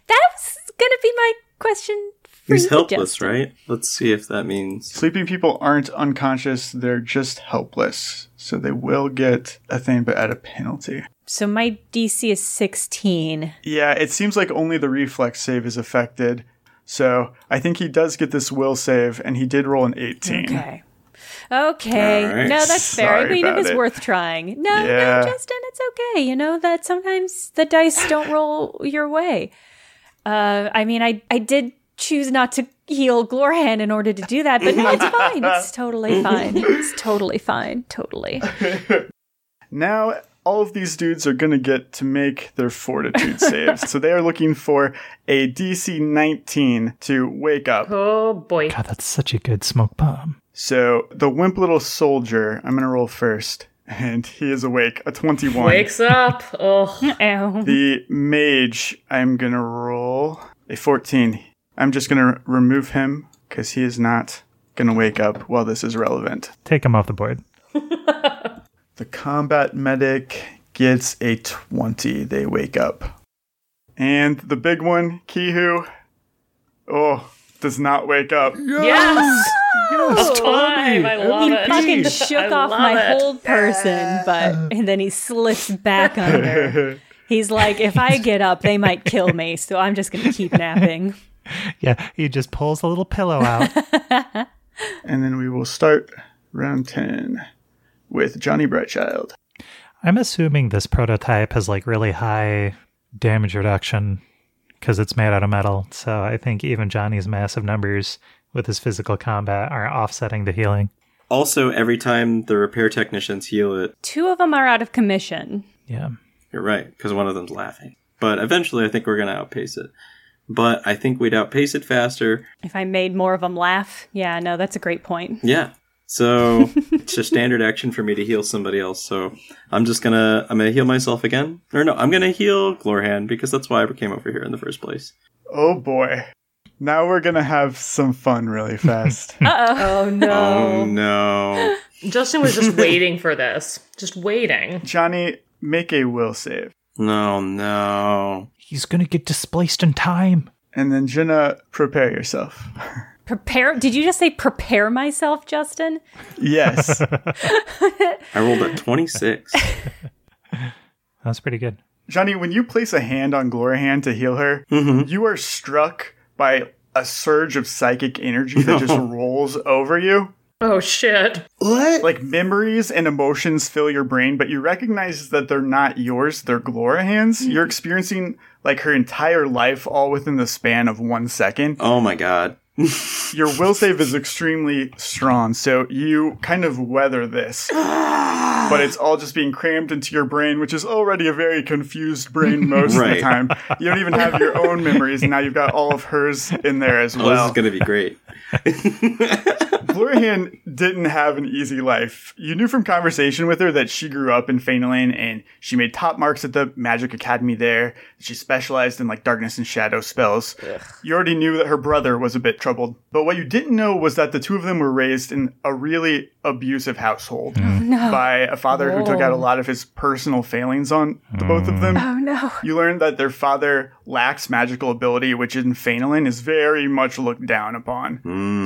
that was going to be my question. For
He's
you,
helpless,
Justin.
right? Let's see if that means
Sleeping people aren't unconscious, they're just helpless. So they will get a thing, but at a penalty.
So my DC is 16.
Yeah, it seems like only the reflex save is affected. So I think he does get this will save, and he did roll an 18.
Okay. Okay.
All right.
No, that's fair.
Sorry
I mean, it
about
was
it.
worth trying. No,
Yeah.
no, Justin, it's okay. You know that sometimes the dice don't roll your way. Uh, I mean, I I did choose not to heal Glorhan in order to do that, but no, it's fine. It's totally fine. It's totally fine. Totally.
Now, all of these dudes are going to get to make their fortitude saves. So they are looking for a DC 19 to wake up.
Oh boy.
God, that's such a good smoke bomb.
So the wimp little soldier, I'm going to roll first, and he is awake, a 21.
Wakes up. Oh,
Ow.
The mage, I'm going to roll a 14. I'm just going to remove him because he is not going to wake up while this is relevant.
Take him off the board.
The combat medic gets a 20. They wake up. And the big one, Kihu, oh, does not wake up.
yes. It's time. I love
He
it.
fucking shook
I
off
love
my
it.
whole person, but and then he slips back under. He's like, if I get up, they might kill me, so I'm just gonna keep napping.
Yeah, he just pulls a little pillow out.
And then we will start round 10 with Johnny Brightchild.
I'm assuming this prototype has like really high damage reduction because it's made out of metal. So I think even Johnny's massive numbers with his physical combat are offsetting the healing.
also every time the repair technicians heal it,
Two of them are out of commission.
Yeah.
you're right, because one of them's laughing. But eventually I think we're gonna outpace it. but I think we'd outpace it faster.
If I made more of them laugh, yeah, no, that's a great point.
Yeah. So it's a standard action for me to heal somebody else. So I'm just gonna I'm gonna heal myself again. Or no, I'm gonna heal Glorhan because that's why I came over here in the first place.
Oh boy. Now we're gonna have some fun really fast.
Uh-oh. Oh, no.
Oh no.
Justin was just waiting for this. Just waiting.
Johnny, make a will save.
No, no.
He's gonna get displaced in time.
And then Jenna, prepare yourself.
Prepare? Did you just say prepare myself, Justin?
yes.
I rolled a twenty six.
That's pretty good.
Johnny, when you place a hand on Glorahan to heal her,
Mhm.
you are struck by a surge of psychic energy that just rolls over you.
Oh, shit.
What?
Like memories and emotions fill your brain, but you recognize that they're not yours, they're Glorahan's. You're experiencing like her entire life all within the span of one second.
Oh my god.
Your will save is extremely strong, so you kind of weather this. But it's all just being crammed into your brain, which is already a very confused brain most of
Right.
the time. You don't even have your own memories, and now you've got all of hers in there as
Oh, this
well.
is gonna be great.
Blurhan didn't have an easy life. You knew from conversation with her that she grew up in Fainalane and she made top marks at the Magic Academy there. She specialized in like darkness and shadow spells. You already knew that her brother was a bit troubled, but what you didn't know was that the two of them were raised in a really abusive household by a father who took out a lot of his personal failings on the both of them.
Oh no.
You learn that their father lacks magical ability, which in Fainalin is very much looked down upon.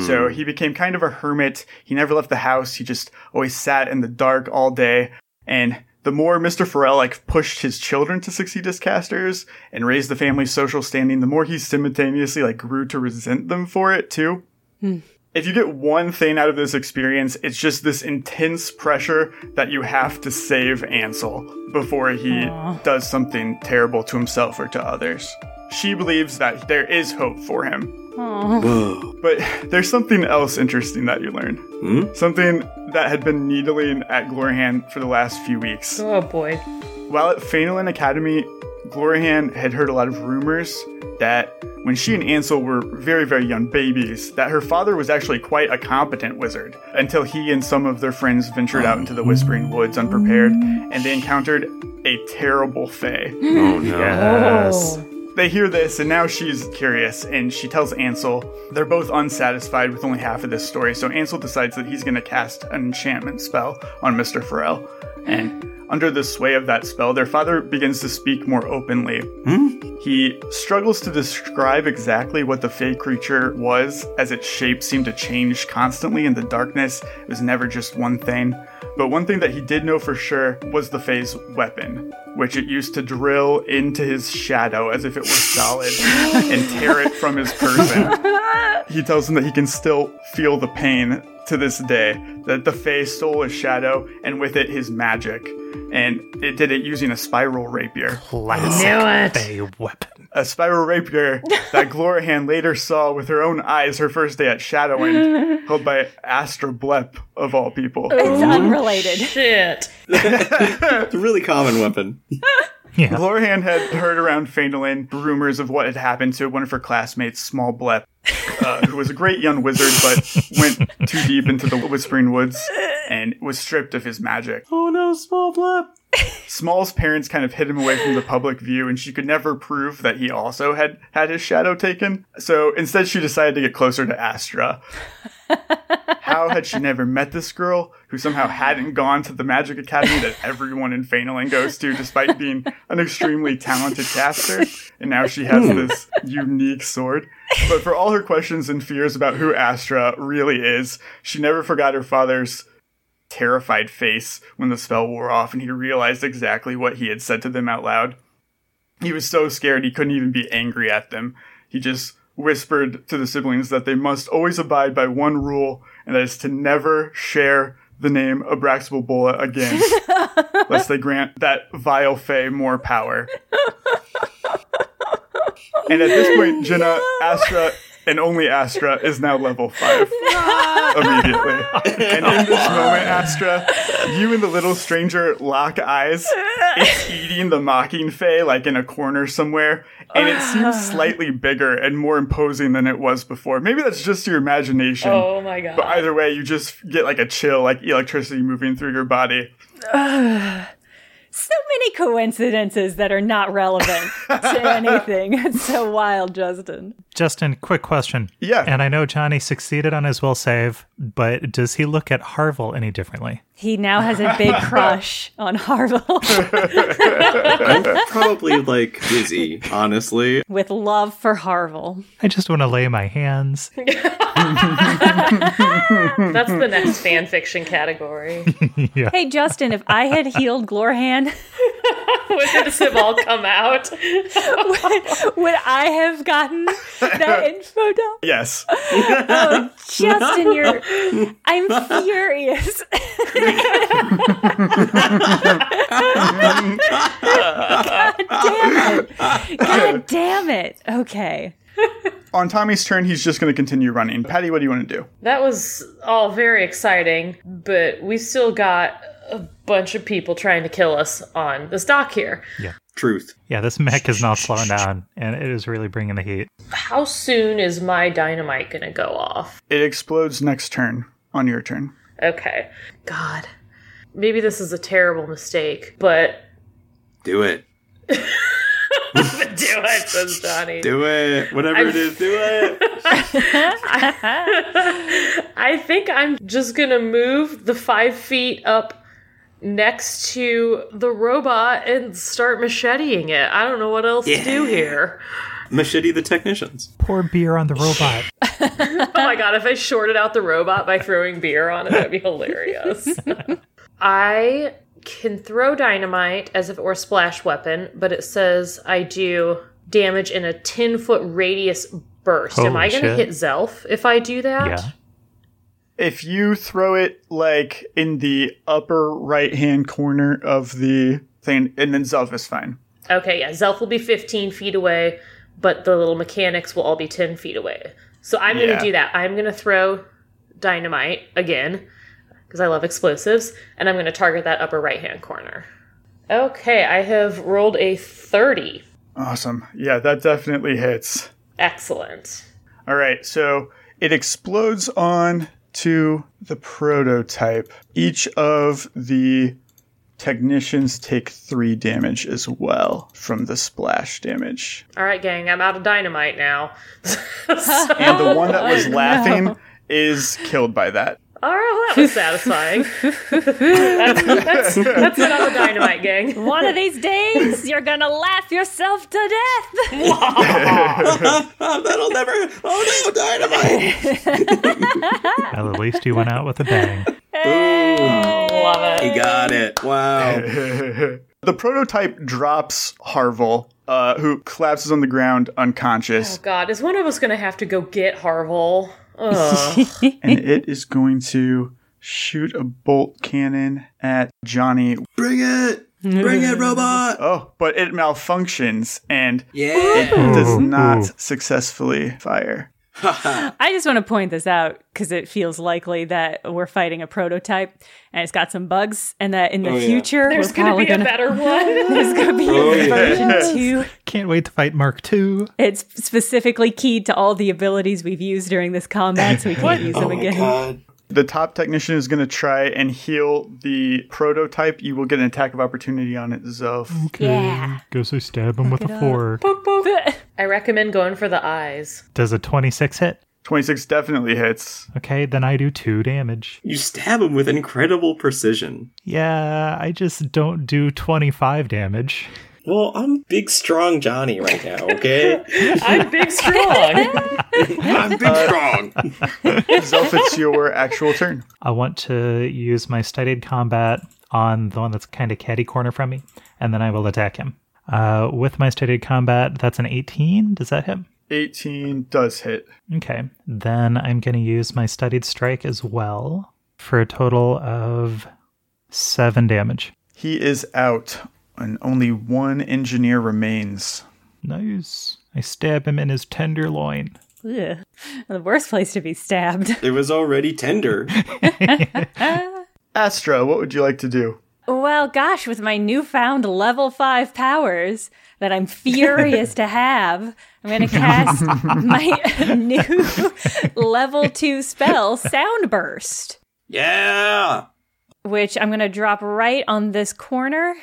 So he became kind of a hermit. He never left the house. He just always sat in the dark all day. And the more Mr. Farrell like pushed his children to succeed as casters and raised the family's social standing, the more he simultaneously like grew to resent them for it too if you get one thing out of this experience, it's just this intense pressure that you have to save Ansel before he does something terrible to himself or to others. She believes that there is hope for him.
Whoa.
But there's something else interesting that you learn. Something that had been needling at Glorhan for the last few weeks.
Oh, boy.
While at Fainalin Academy, Glorahan had heard a lot of rumors that when she and Ansel were very, very young babies, that her father was actually quite a competent wizard until he and some of their friends ventured out into the Whispering Woods unprepared and they encountered a terrible fae.
Oh no.
Yes.
Oh.
They hear this, and now she's curious, and she tells Ansel they're both unsatisfied with only half of this story. So Ansel decides that he's going to cast an enchantment spell on Mr. Farrell. And under the sway of that spell, their father begins to speak more openly. He struggles to describe exactly what the fey creature was, as its shape seemed to change constantly in the darkness. It was never just one thing. But one thing that he did know for sure was the fey's weapon, which it used to drill into his shadow as if it were solid and tear it from his person. He tells him that he can still feel the pain to this day, that the fey stole his shadow and with it his magic. And it did it using a spiral rapier
Classic Bay weapon.
a spiral rapier that Glorahan later saw with her own eyes her first day at Shadowwind, held by Astra Blep, of all people.
It's unrelated.
Shit.
It's a really common weapon.
Yeah.
Glorahan had heard around Fainalin rumors of what had happened to one of her classmates, Small Blep, uh, who was a great young wizard but went too deep into the Whispering Woods and was stripped of his magic.
Oh no, small blip.
Small's parents kind of hid him away from the public view, and she could never prove that he also had had his shadow taken. So instead, she decided to get closer to Astra. How had she never met this girl who somehow hadn't gone to the magic academy that everyone in Fainalin goes to, despite being an extremely talented caster? And now she has this unique sword. But for all her questions and fears about who Astra really is, she never forgot her father's terrified face when the spell wore off and he realized exactly what he had said to them out loud. He was so scared he couldn't even be angry at them. He just whispered to the siblings that they must always abide by one rule, and that is to never share the name Abraxable Bola again, lest they grant that vile fay more power. and at this point, Jenna, Astra and only Astra is now level five immediately. Oh And in this moment, Astra, you and the little stranger lock eyes. It's eating the mocking fay like in a corner somewhere, and it seems slightly bigger and more imposing than it was before. Maybe that's just your imagination.
Oh my God.
But either way, you just get like a chill, like electricity moving through your body.
So many coincidences that are not relevant to anything. It's so wild, Justin.
Justin, quick question.
Yeah.
And I know Johnny succeeded on his will save, but does he look at Harville any differently?
He now has a big crush on Harville
I'm probably like busy, honestly.
with love for Harville.
I just want to lay my hands.
That's the next fan fiction category.
Hey, Justin, if I had healed Glorhan,
Would this have all come out?
would I have gotten that info dump?
Yes.
Oh, Justin, you're. I'm furious. God damn it. God damn it. Okay.
On Tommy's turn, he's just going to continue running. Patty, what do you want to do?
That was all very exciting, but we still got a bunch of people trying to kill us on this dock here.
Truth.
Yeah, this mech is not slowing down, and it is really bringing the heat.
How soon is my dynamite going to go off?
It explodes next turn on your turn.
Okay. God. Maybe this is a terrible mistake, but
Do it.
do it, says Johnny.
Do it. Whatever it is, do it.
I think I'm just gonna move the five feet up next to the robot and start macheting it. I don't know what else to do here.
Machete the technicians.
Pour beer on the robot.
Oh my god, if I shorted out the robot by throwing beer on it, that'd be hilarious. I can throw dynamite as if it were a splash weapon, but it says I do damage in a 10 foot radius burst. Am
Holy
I gonna
shit.
hit Zelf if I do that?
Yeah.
If you throw it like in the upper right hand corner of the thing, and then Zelf is fine.
Okay, yeah, Zelf will be 15 feet away, but the little mechanics will all be 10 feet away. So I'm going
Yeah.
to do that. I'm going to throw dynamite again, because I love explosives, and I'm going to target that upper right hand corner. Okay, I have rolled a 30.
Awesome. Yeah, that definitely hits.
Excellent.
All right, so it explodes on to the prototype. Each of the technicians take three damage as well from the splash damage.
All right, gang, I'm out of dynamite now.
And the one that was laughing is killed by that.
All right, well, Oh, that was satisfying. that's, that's, that's another dynamite, gang.
One of these days, you're going to laugh yourself to death.
Oh, that'll never. Oh no, dynamite.
Well, at least you went out with a bang.
Love it.
He got it. Wow.
The prototype drops Harville, uh, who collapses on the ground unconscious,
God, is one of us going to have to go get Harville? Ugh.
and it is going to shoot a bolt cannon at Johnny
Bring it. Bring it, robot.
Oh, but it malfunctions and
Yeah.
it does
Ooh.
not successfully fire.
I just want to point this out because it feels likely that we're fighting a prototype and it's got some bugs, and that in the
Oh, yeah.
future,
There's
we're
going to
probably
be
gonna-
a better one.
There's going to be
Oh,
a
yeah.
version two.
Can't wait to fight Mark II.
It's specifically keyed to all the abilities we've used during this combat, so we can't use them again.
God.
The top technician is going to try and heal the prototype. You will get an attack of opportunity on it, Zelf.
Mm.
Yeah.
Guess I stab him with a fork.
I recommend going for the eyes.
Does a 26 hit?
26 definitely hits.
Okay, then I do two damage.
You stab him with incredible precision.
Yeah, I just don't do 25 damage.
Well, I'm big, strong Johnny right now. Okay.
I'm big strong.
I'm big, strong.
Zelf, it's your actual turn.
I want to use my studied combat on the one that's kind of catty corner from me, and then I will attack him. Uh, with my studied combat, that's an 18. Does that hit?
18 does hit.
Okay. Then I'm going to use my studied strike as well for a total of seven damage.
He is out, and only one engineer remains.
Nice. I stab him in his tenderloin.
Ugh. The worst place to be stabbed.
It was already tender.
Astra, what would you like to do?
Well, gosh, with my newfound level five powers that I'm furious to have, I'm going to cast my new level two spell, Sound Burst,
Yeah.
which I'm going to drop right on this corner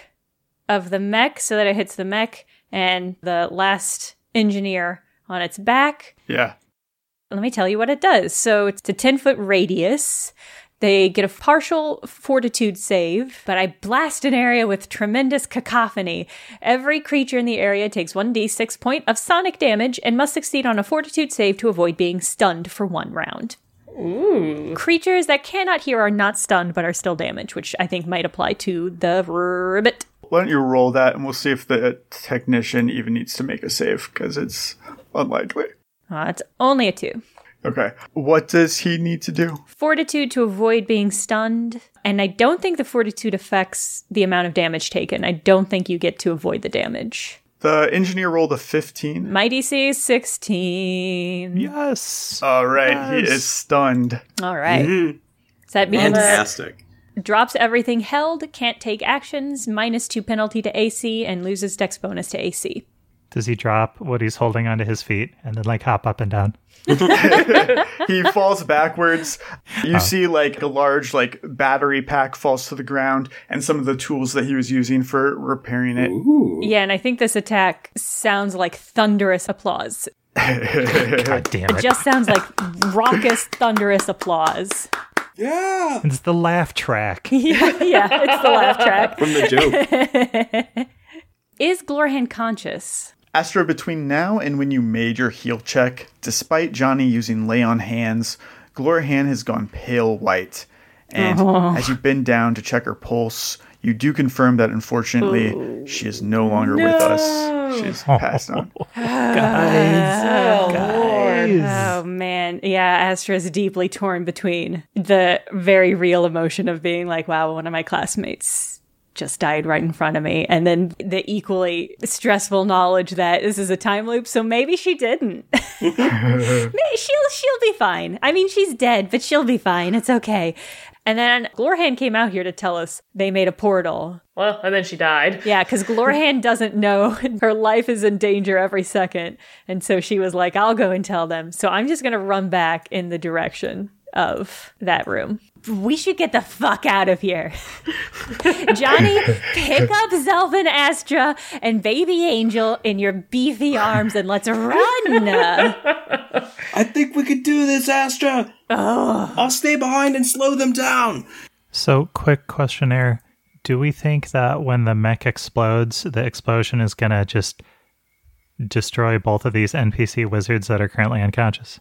of the mech so that it hits the mech and the last engineer on its back.
Yeah.
Let me tell you what it does. So it's a 10 foot radius. They get a partial fortitude save, but I blast an area with tremendous cacophony. Every creature in the area takes 1d6 point of sonic damage and must succeed on a fortitude save to avoid being stunned for one round.
Ooh.
Creatures that cannot hear are not stunned but are still damaged, which I think might apply to the ribbit.
Why don't you roll that and we'll see if the technician even needs to make a save because it's unlikely.
Uh, it's only a two.
Okay. What does he need to do?
fortitude to avoid being stunned and i don't think the fortitude affects the amount of damage taken i don't think you get to avoid the damage
The engineer rolled a 15.
my dc is 16
Yes.
All right. He
Yes.
is stunned.
all right so that means
Fantastic.
drops everything held can't take actions minus two penalty to ac and loses dex bonus to ac
Does he drop what he's holding onto his feet and then like hop up and down?
he falls backwards. You see, like a large like battery pack falls to the ground, and some of the tools that he was using for repairing it.
yeah and i think this attack sounds like thunderous applause
God damn
it
it!
just sounds like raucous thunderous applause
Yeah.
It's the laugh track.
yeah yeah it's the laugh track
From the joke.
is glorhan conscious
Astro, between now and when you made your heal check, despite Johnny using lay on hands, Glorhan has gone pale white. And as you bend down to check her pulse, you do confirm that unfortunately she is no longer with us. She's passed on.
Oh, Lord.
Oh man, yeah, Astra is deeply torn between the very real emotion of being like, wow, one of my classmates just died right in front of me, and then the equally stressful knowledge that this is a time loop, so maybe she didn't. May- she'll she'll be fine. I mean, she's dead, but she'll be fine. It's okay. And then Glorhan came out here to tell us they made a portal.
Well, and then she died.
Yeah, because Glorhan doesn't know her life is in danger every second. And so she was like, I'll go and tell them. So I'm just going to run back in the direction of that room. We should get the fuck out of here. Johnny, pick up Zelvin Astra and baby Angel in your beefy arms and let's run.
I think we could do this, Astra. I'll stay behind and slow them down.
So, quick questionnaire. Do we think that when the mech explodes, the explosion is going to just destroy both of these NPC wizards that are currently unconscious?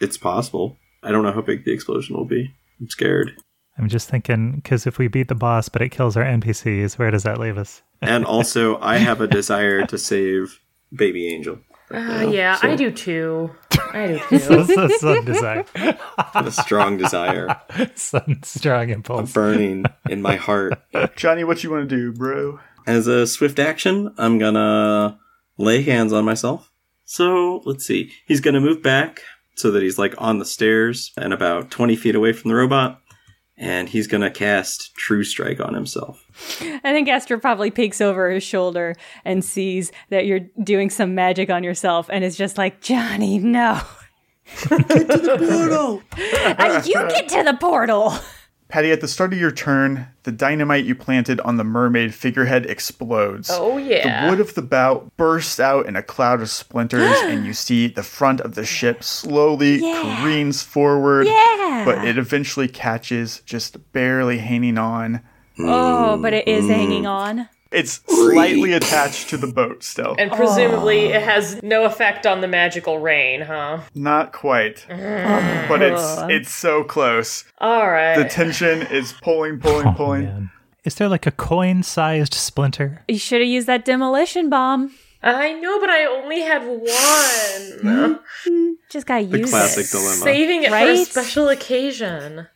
It's possible. I don't know how big the explosion will be. I'm scared.
I'm just thinking because if we beat the boss but it kills our NPCs, where does that leave us?
And also, I have a desire to save baby Angel.
Uh, yeah, I do too. I do too.
That's a sudden desire,
A strong desire,
sudden strong
a
impulse.
burning in my heart.
Johnny, what you want to do, bro?
As a swift action, I'm gonna lay hands on myself. So let's see. He's gonna move back so that he's like on the stairs and about 20 feet away from the robot. And he's gonna cast True Strike on himself.
I think Astra probably peeks over his shoulder and sees that you're doing some magic on yourself and is just like, Johnny, no.
Portal!
Uh, you get to the portal.
Patty, at the start of your turn, the dynamite you planted on the mermaid figurehead explodes.
Oh, yeah.
The wood of the bow bursts out in a cloud of splinters, and you see the front of the ship slowly careens forward.
Yeah.
But it eventually catches, just barely hanging on.
Oh, but it is hanging on.
It's slightly attached to the boat still.
And presumably it has no effect on the magical rain, huh?
Not quite. but it's it's so close.
All right.
The tension is pulling, pulling, pulling.
Oh, Is there like a coin-sized splinter?
You should have used that demolition bomb.
I know, but I only had one.
Just got
The
used.
classic
It.
dilemma.
Saving it for a
Right?
special occasion.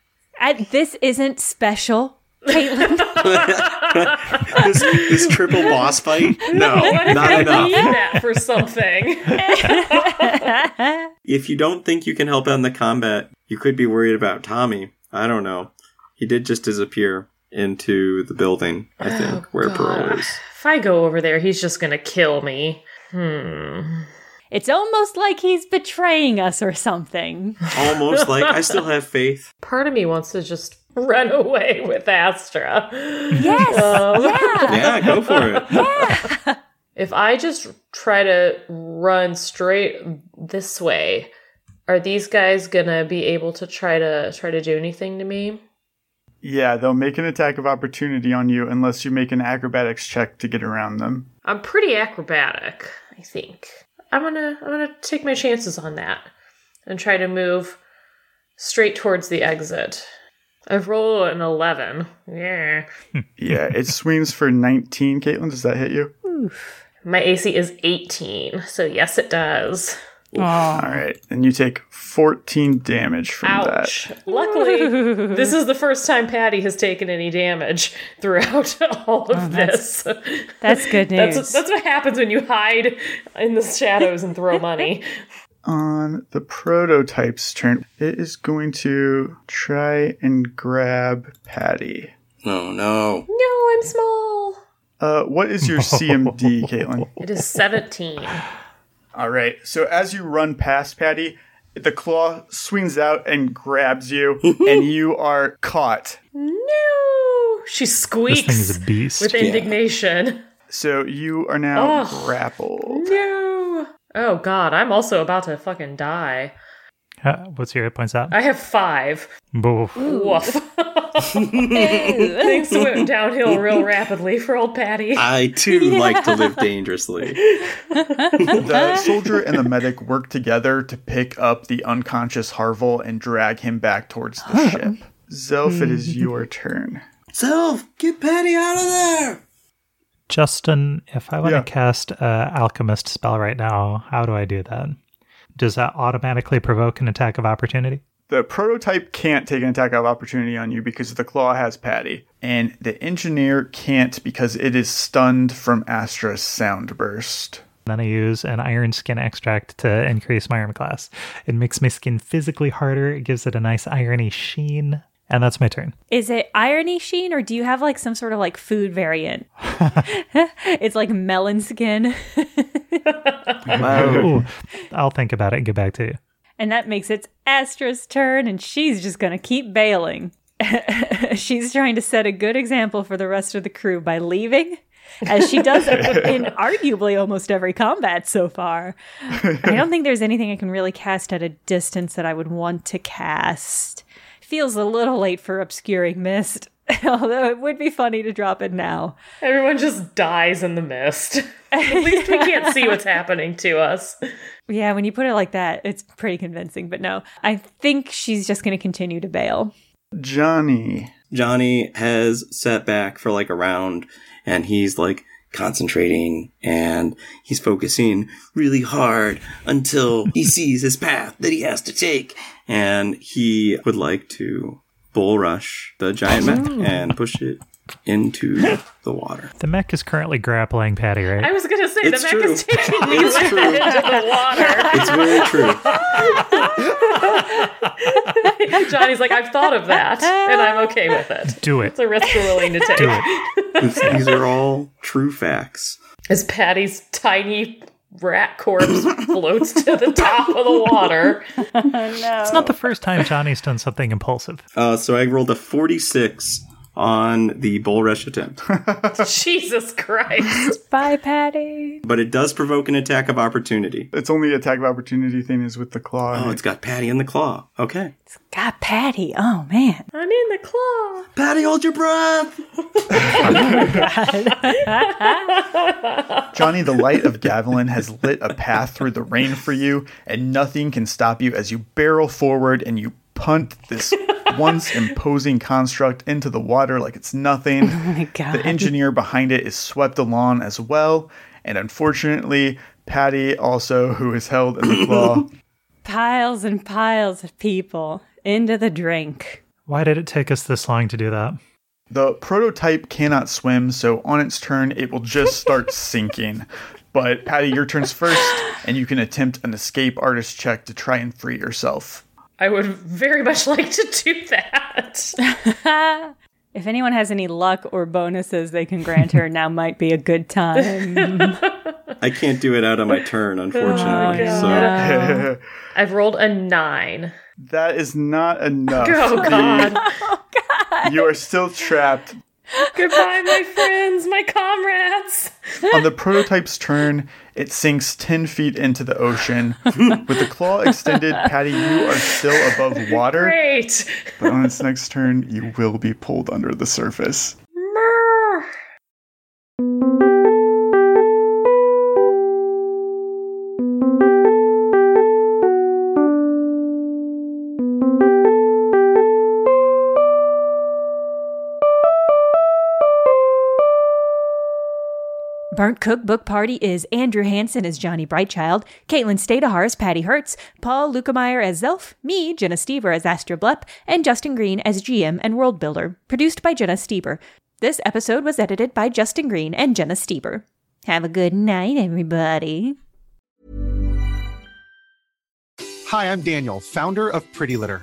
I, this isn't special. Caitlin.
this, this triple boss fight? No,
What if
not
I
enough.
need that for something?
If you don't think you can help out in the combat, you could be worried about Tommy. I don't know. He did just disappear into the building, I think, where Pearl is.
if I go over there, he's just gonna kill me. Hmm.
It's almost like he's betraying us or something.
Almost like I still have faith.
Part of me wants to just run away with Astra. Um,
Yes.
Oh.
Yeah, go for it.
If I just try to run straight this way, are these guys gonna be able to try to try to do anything to me?
Yeah, they'll make an attack of opportunity on you unless you make an acrobatics check to get around them.
I'm pretty acrobatic, I think. I'm gonna I'm gonna take my chances on that and try to move straight towards the exit. I've rolled an eleven. Yeah.
Yeah, it swings for 19. Caitlin, does that hit you?
My AC is eighteen, so yes it does.
All right, and you take 14 damage from
Ouch. Luckily, this is the first time Patty has taken any damage throughout all
Oh,
of this.
That's good news.
That's, that's what happens when you hide in the shadows and throw money.
that. On the prototype's turn, it is going to try and grab Patty.
No, no.
no, I'm small.
Uh, what is your CMD, Caitlin?
It is 17.
All right. So as you run past Patty, the claw swings out and grabs you, and you are caught.
No. She
This
squeaks
thing is a beast.
with
Yeah.
indignation.
So you are now
Ugh.
grappled.
No. Oh, God. I'm also about to fucking die.
Uh, what's your hit points up?
I have five.
Boo.
Woof. Things went downhill real rapidly for old Patty.
I too like to live dangerously.
The soldier and the medic work together to pick up the unconscious Harville and drag him back towards the ship. Zelf, it is your turn.
Self, get Patty out of there.
Justin, if I want
Yeah.
to cast a alchemist spell right now, how do I do that? Does that automatically provoke an attack of opportunity?
The prototype can't take an attack of opportunity on you because the claw has Patty, and the engineer can't because it is stunned from Astra's sound burst.
Then I use an iron skin extract to increase my arm class. It makes my skin physically harder. It gives it a nice irony sheen. And that's my turn.
Is it irony sheen or do you have like some sort of like food variant? it's like melon skin
Ooh. I'll think about it and get back to you.
and that makes it Astra's turn and she's just going to keep bailing. she's trying to set a good example for the rest of the crew by leaving as she does in arguably almost every combat so far. I don't think there's anything I can really cast at a distance that I would want to cast. Feels a little late for obscuring mist, although it would be funny to drop it now.
Everyone just dies in the mist. At least we can't see what's happening to us.
Yeah, when you put it like that, it's pretty convincing, but no, I think she's just going to continue to bail.
Johnny.
Johnny has sat back for like a round and he's like concentrating and he's focusing really hard until he sees his path that he has to take. And he would like to bull rush the giant mech and push it into the water.
The mech is currently grappling Patty, right?
I was gonna say
It's
the mech is
true.
taking me
It's
with
true.
it into the water.
It's very true.
Johnny's like, I've thought of that, and I'm okay with it.
Do it.
It's a risk we're willing to
Do
take.
it.
It's- These are all true facts.
As Patty's tiny rat corpse floats to the top of the water.
It's not the first time Johnny's done something impulsive.
Uh, so I rolled a 46 on the bull rush attempt.
Jesus Christ.
Bye, Patty.
but it does provoke an attack of opportunity.
It's only attack of opportunity thing is with the claw.
Oh, it's got Patty in the claw. Okay.
God, Patty. Oh, man.
I'm in the claw.
Patty, hold your breath.
Johnny, the light of Gavilan has lit a path through the rain for you, and nothing can stop you as you barrel forward and you punt this once imposing construct into the water like it's nothing. The engineer behind it is swept along as well, and unfortunately, Patty also, who is held in the claw.
Piles and piles of people into the drink.
Why did it take us this long to do that?
The prototype cannot swim, so on its turn, it will just start sinking. But Patty, your turn's first, and you can attempt an escape artist check to try and free yourself.
I would very much like to do that.
if anyone has any luck or bonuses they can grant her, now might be a good time.
I can't do it out of my turn, unfortunately.
Oh,
so
uh,
God. I've rolled a nine.
That is not enough.
Oh, God.
You are still trapped.
Goodbye, my friends, my comrades.
On the prototype's turn, it sinks 10 feet into the ocean. With the claw extended, Patty, you are still above water.
Great.
But on its next turn, you will be pulled under the surface.
Burnt Cookbook Party is Andrew Hansen as Johnny Brightchild, Caitlin Stadahar as Patty Hertz, Paul Lukemeyer as Zelf, me, Jenna Stever as Astra Blepp, and Justin Green as GM and World Builder, produced by Jenna Stever. This episode was edited by Justin Green and Jenna Stever. Have a good night, everybody.
Hi, I'm Daniel, founder of Pretty Litter.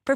for